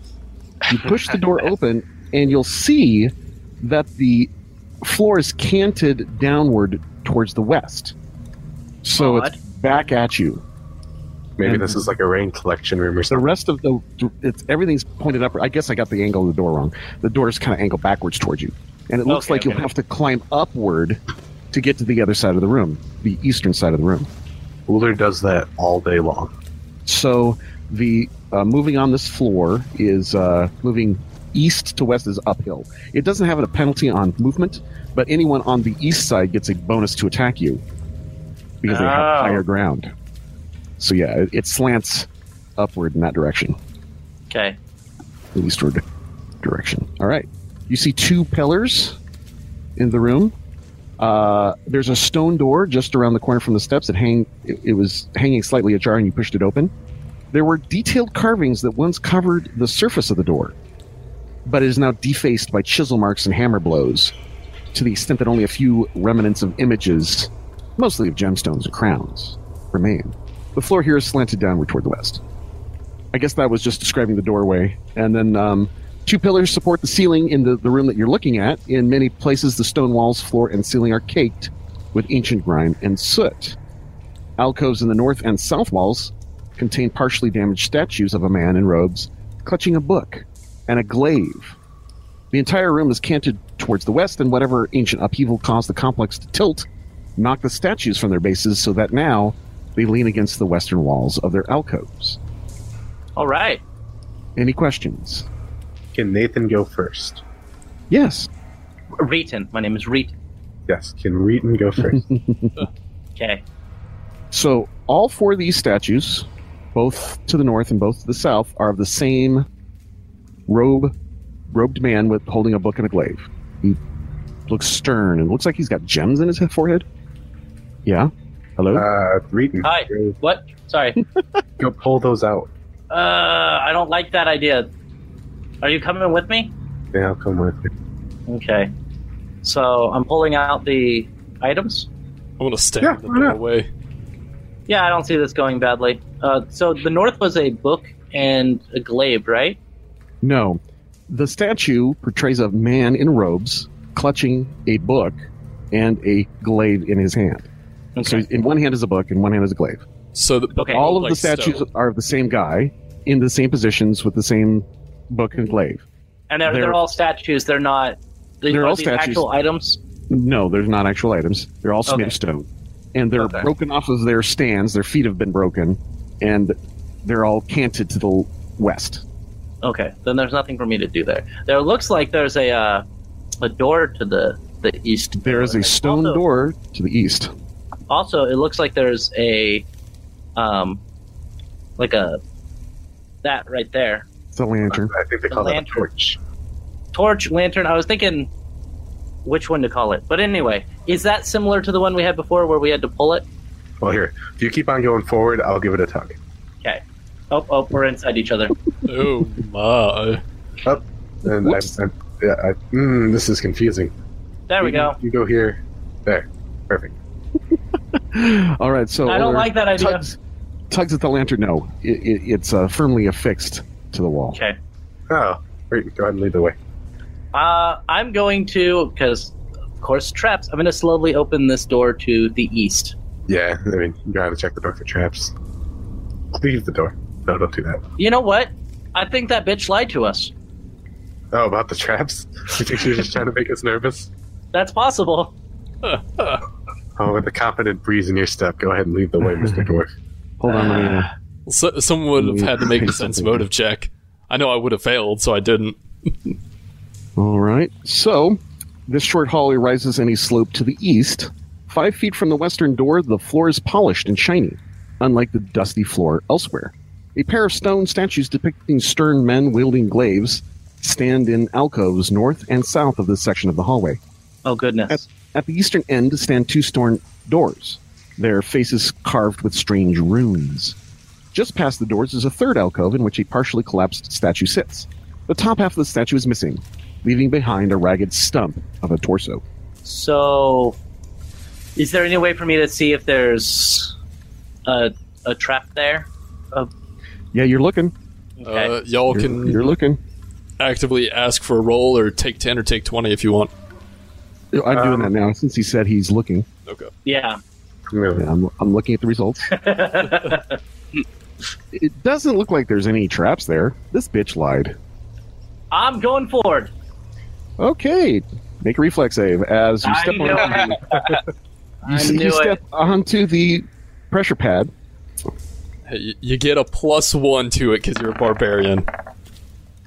You push the door open, and you'll see that the floor is canted downward towards the west. So
Odd.
it's back at you.
Maybe
And-
this is like a rain collection room or
The
something.
rest of the it's everything's pointed up. I guess I got the angle of the door wrong. The door is kind of angled backwards towards you, and it looks
Okay,
like you'll
okay.
have to climb upward to get to the other side of the room, the eastern side of the room.
Uller does that all day long.
So the uh, moving on this floor is uh, moving east to west is uphill. It doesn't have a penalty on movement, but anyone on the east side gets a bonus to attack you because they
Oh.
have higher ground. So yeah, it, it slants upward in that direction,
Okay.
the eastward direction. All right, you see two pillars in the room. Uh, there's a stone door just around the corner from the steps. It hang it, it was hanging slightly ajar, and you pushed it open. There were detailed carvings that once covered the surface of the door, but it is now defaced by chisel marks and hammer blows, to the extent that only a few remnants of images, mostly of gemstones and crowns, remain. The floor here is slanted downward toward the west. I guess that was just describing the doorway. And then um, two pillars support the ceiling in the, the room that you're looking at. In many places, the stone walls, floor, and ceiling are caked with ancient grime and soot. Alcoves in the north and south walls contain partially damaged statues of a man in robes clutching a book and a glaive. The entire room is canted towards the west, and whatever ancient upheaval caused the complex to tilt knocked the statues from their bases so that now they lean against the western walls of their alcoves.
All right.
Any questions?
Can Nathan go first?
Yes.
Reeton. My name is Reeton.
Yes. Can Reeton go first?
Okay.
So all four of these statues, both to the north and both to the south, are of the same robe, robed man with holding a book and a glaive. He looks stern and looks like he's got gems in his he- forehead. Yeah. Hello.
uh, Reeton,
Hi.
go,
What? Sorry.
go pull those out.
Uh I don't like that idea. Are you coming with me?
Yeah, I'll come with you.
Okay. So I'm pulling out the items.
I'm gonna stab
Yeah,
the
why
door
not?
away.
Yeah, I don't see this going badly. Uh, so the north was a book and a glaive, right?
no. The statue portrays a man in robes clutching a book and a glaive in his hand. So
Okay.
in one hand is a book, in one hand is a glaive.
So the,
Okay.
all of
like
the statues
stone.
are of the same guy in the same positions with the same book and glaive.
And they're, they're,
they're-
all statues. They're not. They,
They're
are
all
these
statues.
Actual items.
No, there's not actual items. They're all
Okay.
made of stone. and they're
Okay.
broken off of their stands. Their feet have been broken, and they're all canted to the west.
Okay, then there's nothing for me to do there. There looks like there's a uh, a door to the the east.
There is a stone
Also-
door to the east.
Also, it looks like there's a um like a that right there
It's a lantern.
I think they
The
call that a
lantern.
torch.
torch lantern. I was thinking which one to call it, but anyway, is that similar to the one we had before where we had to pull it?
Well, here, if you keep on going forward, I'll give it a tug.
Oh, oh, we're inside each other.
Oh my.
And I'm,
Whoops.
I'm, yeah, I, mm, this is confusing.
There we
You-
go.
You go here, there, perfect.
All right, so
I don't
Uller
like that idea.
Tugs, tugs at the lantern. No, it, it, it's uh, firmly affixed to the wall.
Okay.
Oh, great. Go ahead and lead the way.
Uh, I'm going to, because of course traps. I'm going to slowly open this door to the east.
Yeah, I mean, you gotta check the door for traps. Leave the door. No, don't do that.
You know what? I think that bitch lied to us.
Oh, about the traps? You think she was just trying to make us nervous?
That's possible.
Oh, with a confident breeze in your step, go ahead and lead the way, Mr. Dwarf.
Hold on, let me, uh,
So, someone would have had to make a sense motive check. I know I would have failed, so I didn't.
All right. So this short hallway rises any slope to the east. Five feet from the western door, the floor is polished and shiny, unlike the dusty floor elsewhere. A pair of stone statues depicting stern men wielding glaives stand in alcoves north and south of this section of the hallway.
Oh goodness.
At the eastern end stand two stone doors, their faces carved with strange runes. Just past the doors is a third alcove in which a partially collapsed statue sits. The top half of the statue is missing, leaving behind a ragged stump of a torso.
So, is there any way for me to see if there's a a trap there?
Yeah, you're looking.
Okay.
Uh, y'all
You're,
can
you're looking.
actively ask for a roll or take 10 or take 20 if you want.
I'm doing
Um,
that now since he said he's looking.
Okay.
yeah.
Yeah, I'm, I'm looking at the results. it doesn't look like there's any traps there. This bitch lied.
I'm going forward.
Okay, make a reflex save as you
I
step
knew
on.
it.
You,
I
see,
knew
you
it.
step onto the pressure pad.
Hey, y- you get a plus one to it because you're a barbarian.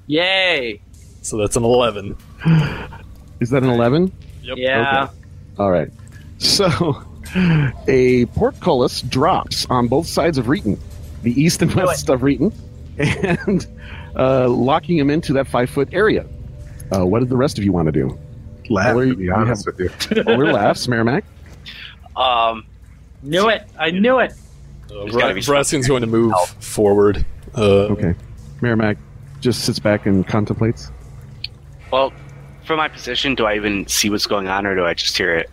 Yay.
So that's an 11.
Is that an 11?
Yep.
Yeah.
All right. So, a portcullis drops on both sides of Reeton, the east and
it.
west of Reeton, and uh, locking him into that five foot area. Uh, what did the rest of you want to do?
Laugh,
Well,
to be
you
honest with you.
Oler laughs, Merrimack.
Um,
Knew it. I knew it.
Uh,
There's
Ra-
gotta be something
Raskin's going to move
Help.
forward. Uh,
Okay. Merrimack just sits back and contemplates.
well, from my position, do I even see what's going on, or do I just hear it?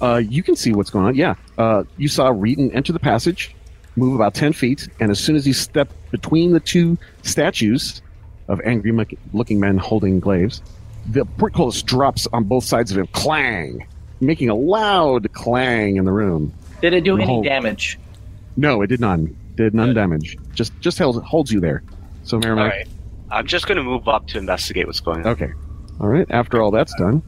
Uh, you can see what's going on. Yeah. Uh, you saw Reeton enter the passage, move about 10 feet, and as soon as he stepped between the two statues of angry mo- looking men holding glaives, the portcullis drops on both sides of him, clang, making a loud clang in the room.
Did it do any
No.
damage?
No, it did none. Did none damage. Just just held, holds you there. So,
All
Merrimack.
right, I'm just gonna move up to investigate what's going on.
Okay. All right. After all that's done,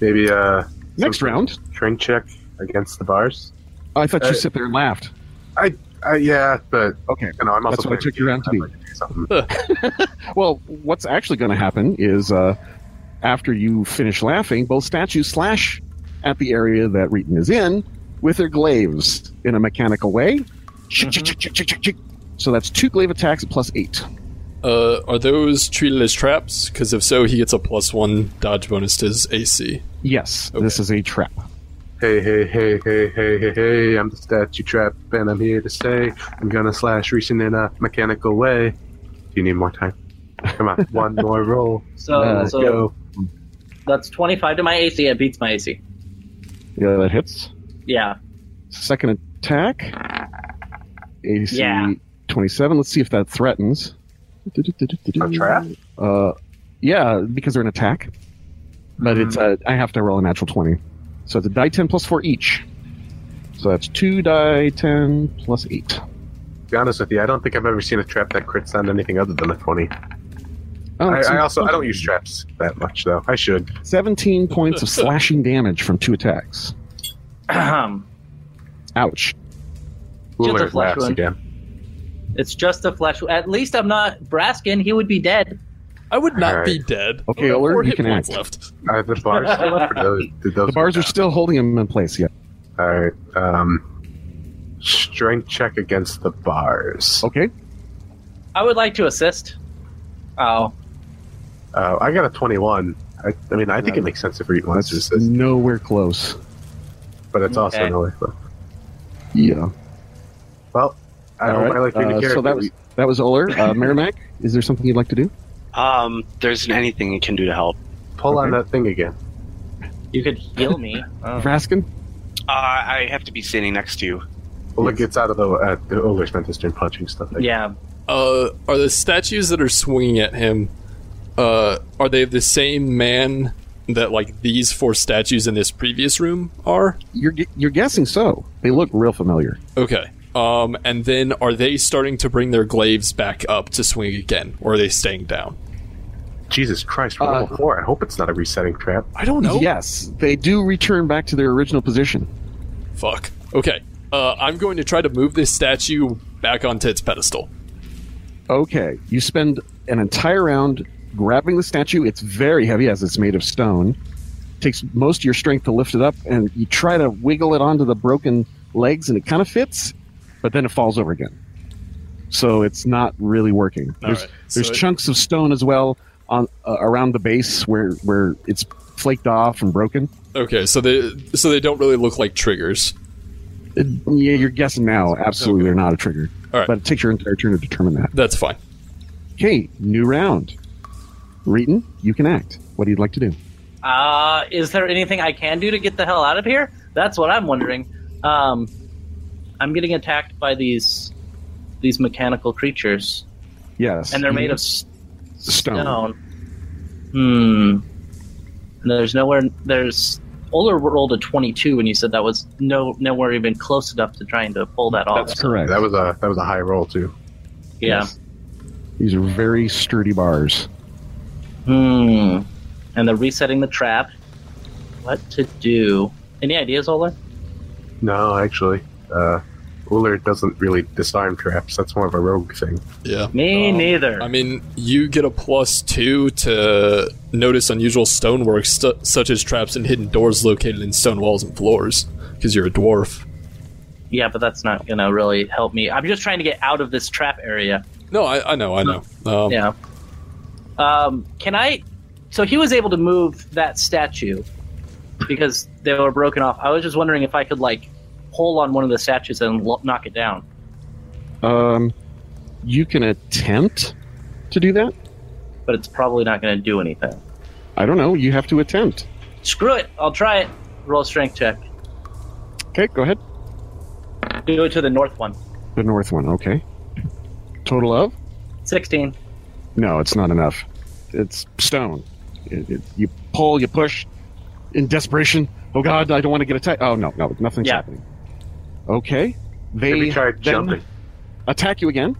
Maybe uh,
next
sort of
round.
Strength check against the bars.
I thought
Uh,
you sit there and laughed.
Uh, yeah, but
Okay.
you know, I'm also
That's what I
playing
took your round to
I'm
be.
like, do something.
Well, what's actually going to happen is uh, after you finish laughing, both statues slash at the area that Reeton is in with their glaives in a mechanical way. Chick, chick, chick, chick, chick, chick, chick. So that's two glaive attacks plus eight.
uh, are those treated as traps? Because if so, he gets a plus one dodge bonus to his AC.
Yes,
Okay.
this is a trap.
Hey, hey, hey, hey, hey, hey, hey, I'm the statue trap, and I'm here to say I'm gonna slash Reason in a mechanical way. Do you need more time? Come on, one more roll.
So,
Uh,
so
Go.
that's 25 to my AC. It beats my AC.
Yeah, that hits.
Yeah.
Second attack. AC
Yeah.
27. Let's see if that threatens.
A trap?
Uh, yeah, because they're an attack. But
Hmm.
it's a, I have to roll a natural 20. So it's a die 10 plus 4 each. So that's 2 die 10 plus 8.
To be honest with you, I don't think I've ever seen a trap that crits on anything other than a 20.
Oh,
I,
it's
I also I don't use traps that much though. I should.
17 points of slashing damage from two attacks.
Ahem.
Ouch.
Uller
flesh
laughs
wound.
again.
It's just a flesh. At least I'm not Braskin. He would be dead.
I would not
Alright.
be dead.
Okay,
I'll have
Uller,
four
you
hit
can
points
act.
left.
Are the bars still up? Or those, did those
The bars
go
are
down?
still holding him in place. Yeah.
All right. Um, strength check against the bars.
Okay.
I would like to assist. Oh,
Uh, I got a 21. I, I mean, I think it makes sense if Reed wants to
That's Mm.
assist,
nowhere close.
but it's also
Okay.
no way.
Yeah.
Well, I don't
All right.
I like being
Uh,
a character.
so that was that was Uller. Uh, Merrimack, is there something you'd like to do?
Um, there isn't anything you can do to help.
Pull on
okay.
that thing again.
you could heal me. Oh.
Vraskin?
Uh, I have to be standing next to you.
Well,
Yes.
it gets out of the uh, the Uller's meant to start punching stuff. Like,
Yeah,
Uh, are the statues that are swinging at him? Uh, are they of the same man that like these four statues in this previous room are?
You're gu- you're guessing so. They look real familiar.
Okay. Um, and then are they starting to bring their glaives back up to swing again, or are they staying down?
Jesus Christ, we're
Uh,
level four. I hope it's not a resetting trap.
I don't know.
Yes, they do return back to their original position.
Fuck. Okay. Uh, I'm going to try to move this statue back onto its pedestal.
Okay, you spend an entire round grabbing the statue. It's very heavy as it's made of stone. Takes most of your strength to lift it up, and you try to wiggle it onto the broken legs, and it kind of fits, but then it falls over again. So it's not really working. there's
right,
there's
so it-
chunks of stone as well on uh, around the base where where it's flaked off and broken.
Okay, so they so they don't really look like triggers.
It- yeah, you're guessing now. Absolutely,
Okay.
they're not a trigger.
All right.
But it takes your entire turn to determine that.
That's fine.
Okay, new round. Reeton, you can act. What do you like to do?
Uh, is there anything I can do to get the hell out of here? That's what I'm wondering. Um, I'm getting attacked by these these mechanical creatures,
Yes.
and they're made of s-
Stone.
stone. Hmm. And there's nowhere. There's Oler rolled a 22, and you said that was no nowhere even close enough to trying to pull that off.
That's correct.
That was a that was a high roll too.
yeah.
These are very sturdy bars.
Hmm. And they're resetting the trap. What to do? Any ideas, Oler?
No, actually, uh, Uller doesn't really disarm traps. That's more of a rogue thing.
Yeah.
Me
Um,
neither.
I mean, you get a plus two to notice unusual stonework, st- such as traps and hidden doors located in stone walls and floors, because you're a dwarf.
Yeah, but that's not gonna really help me. I'm just trying to get out of this trap area.
No, I, I know, I know. Um,
Yeah. Um, can I? So he was able to move that statue because they were broken off. I was just wondering if I could like pull on one of the statues and lo- knock it down.
Um, you can attempt to do that.
But it's probably not gonna do anything.
I don't know. You have to attempt.
Screw it. I'll try it. Roll a strength check.
Okay, go ahead.
Do it to the north one.
The north one. Okay. Total of?
Sixteen.
No, it's not enough. It's stone. It, it, you pull, you push in desperation. Oh God, I don't want to get attacked. Oh no, no, nothing's
Yeah.
happening. Okay.
Maybe
They
try
then
jumping.
attack you again,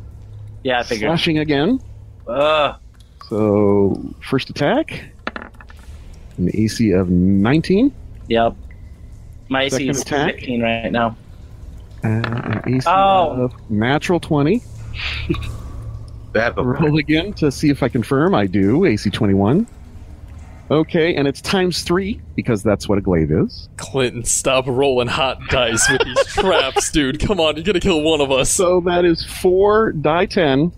Yeah, I figured.
slashing again.
Ugh.
So, first attack, an AC of 19.
Yep. My AC
Second
is
attack.
fifteen right now.
Uh, an AC
Oh.
of natural 20.
That
Roll again to see if I confirm. I do. AC 21. Okay, and it's times three because that's what a glaive is.
Clinton, stop rolling hot dice with these traps, dude. Come on, you're gonna kill one of us.
So that is four die 10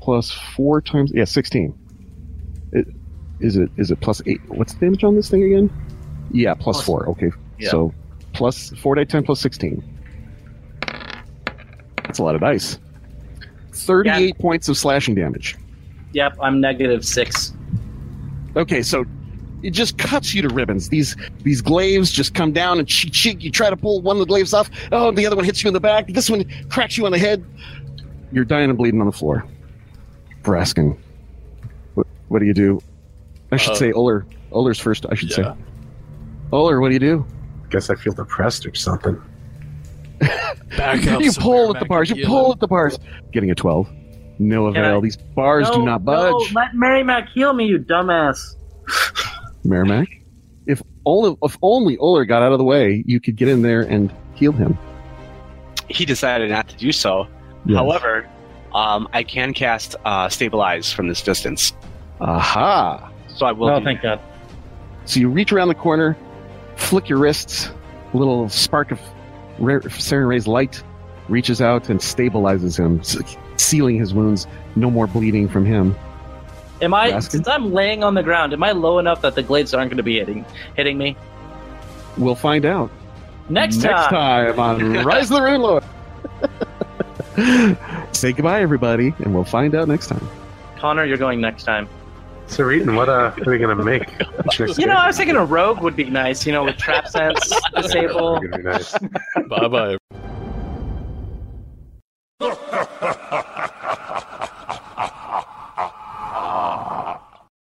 plus four times. Yeah, 16. It, is it is it plus eight? What's the damage on this thing again? Yeah, plus,
Plus-
four. Okay,
yeah.
so plus four die 10 plus 16. That's a lot of dice. 38 points of slashing damage.
Yep, I'm negative six.
Okay, so it just cuts you to ribbons. These these glaives just come down and cheek cheek. You try to pull one of the glaives off. Oh, the other one hits you in the back. This one cracks you on the head. You're dying and bleeding on the floor. Braskin, what, what do you do? I should
Uh,
say Uller. Uller's first. I should
yeah.
say Uller. What do you do?
Guess I feel depressed or something.
Back up.
you
so
pull at the
Merrimack
bars.
can
You
heal
pull
him.
at the bars. Getting a twelve. No
Can I-
avail. These bars do not budge.
No, let Merrimack heal me, you dumbass.
Merrimack. If only if only Uller got out of the way, you could get in there and heal him.
he decided not to do so.
Yes.
However, um, I can cast uh, Stabilize from this distance.
Aha!
So I will.
oh,
do
thank God.
So you reach around the corner, flick your wrists, a little spark of rare, Seren Ray's light reaches out and stabilizes him, s- sealing his wounds. No more bleeding from him.
Am I
Basket?
since I'm laying on the ground? Am I low enough that the glades aren't going to be hitting hitting me
We'll find out
next,
next time on Rise of the Rune Lord. Say goodbye, everybody, and we'll find out next time.
Connor, you're going next time.
So, Reeton, what uh, are we going to make? Which next
You know,
game?
I was thinking a rogue would be nice. You know, with trap sense, disable.
Gonna be nice.
Bye bye.
The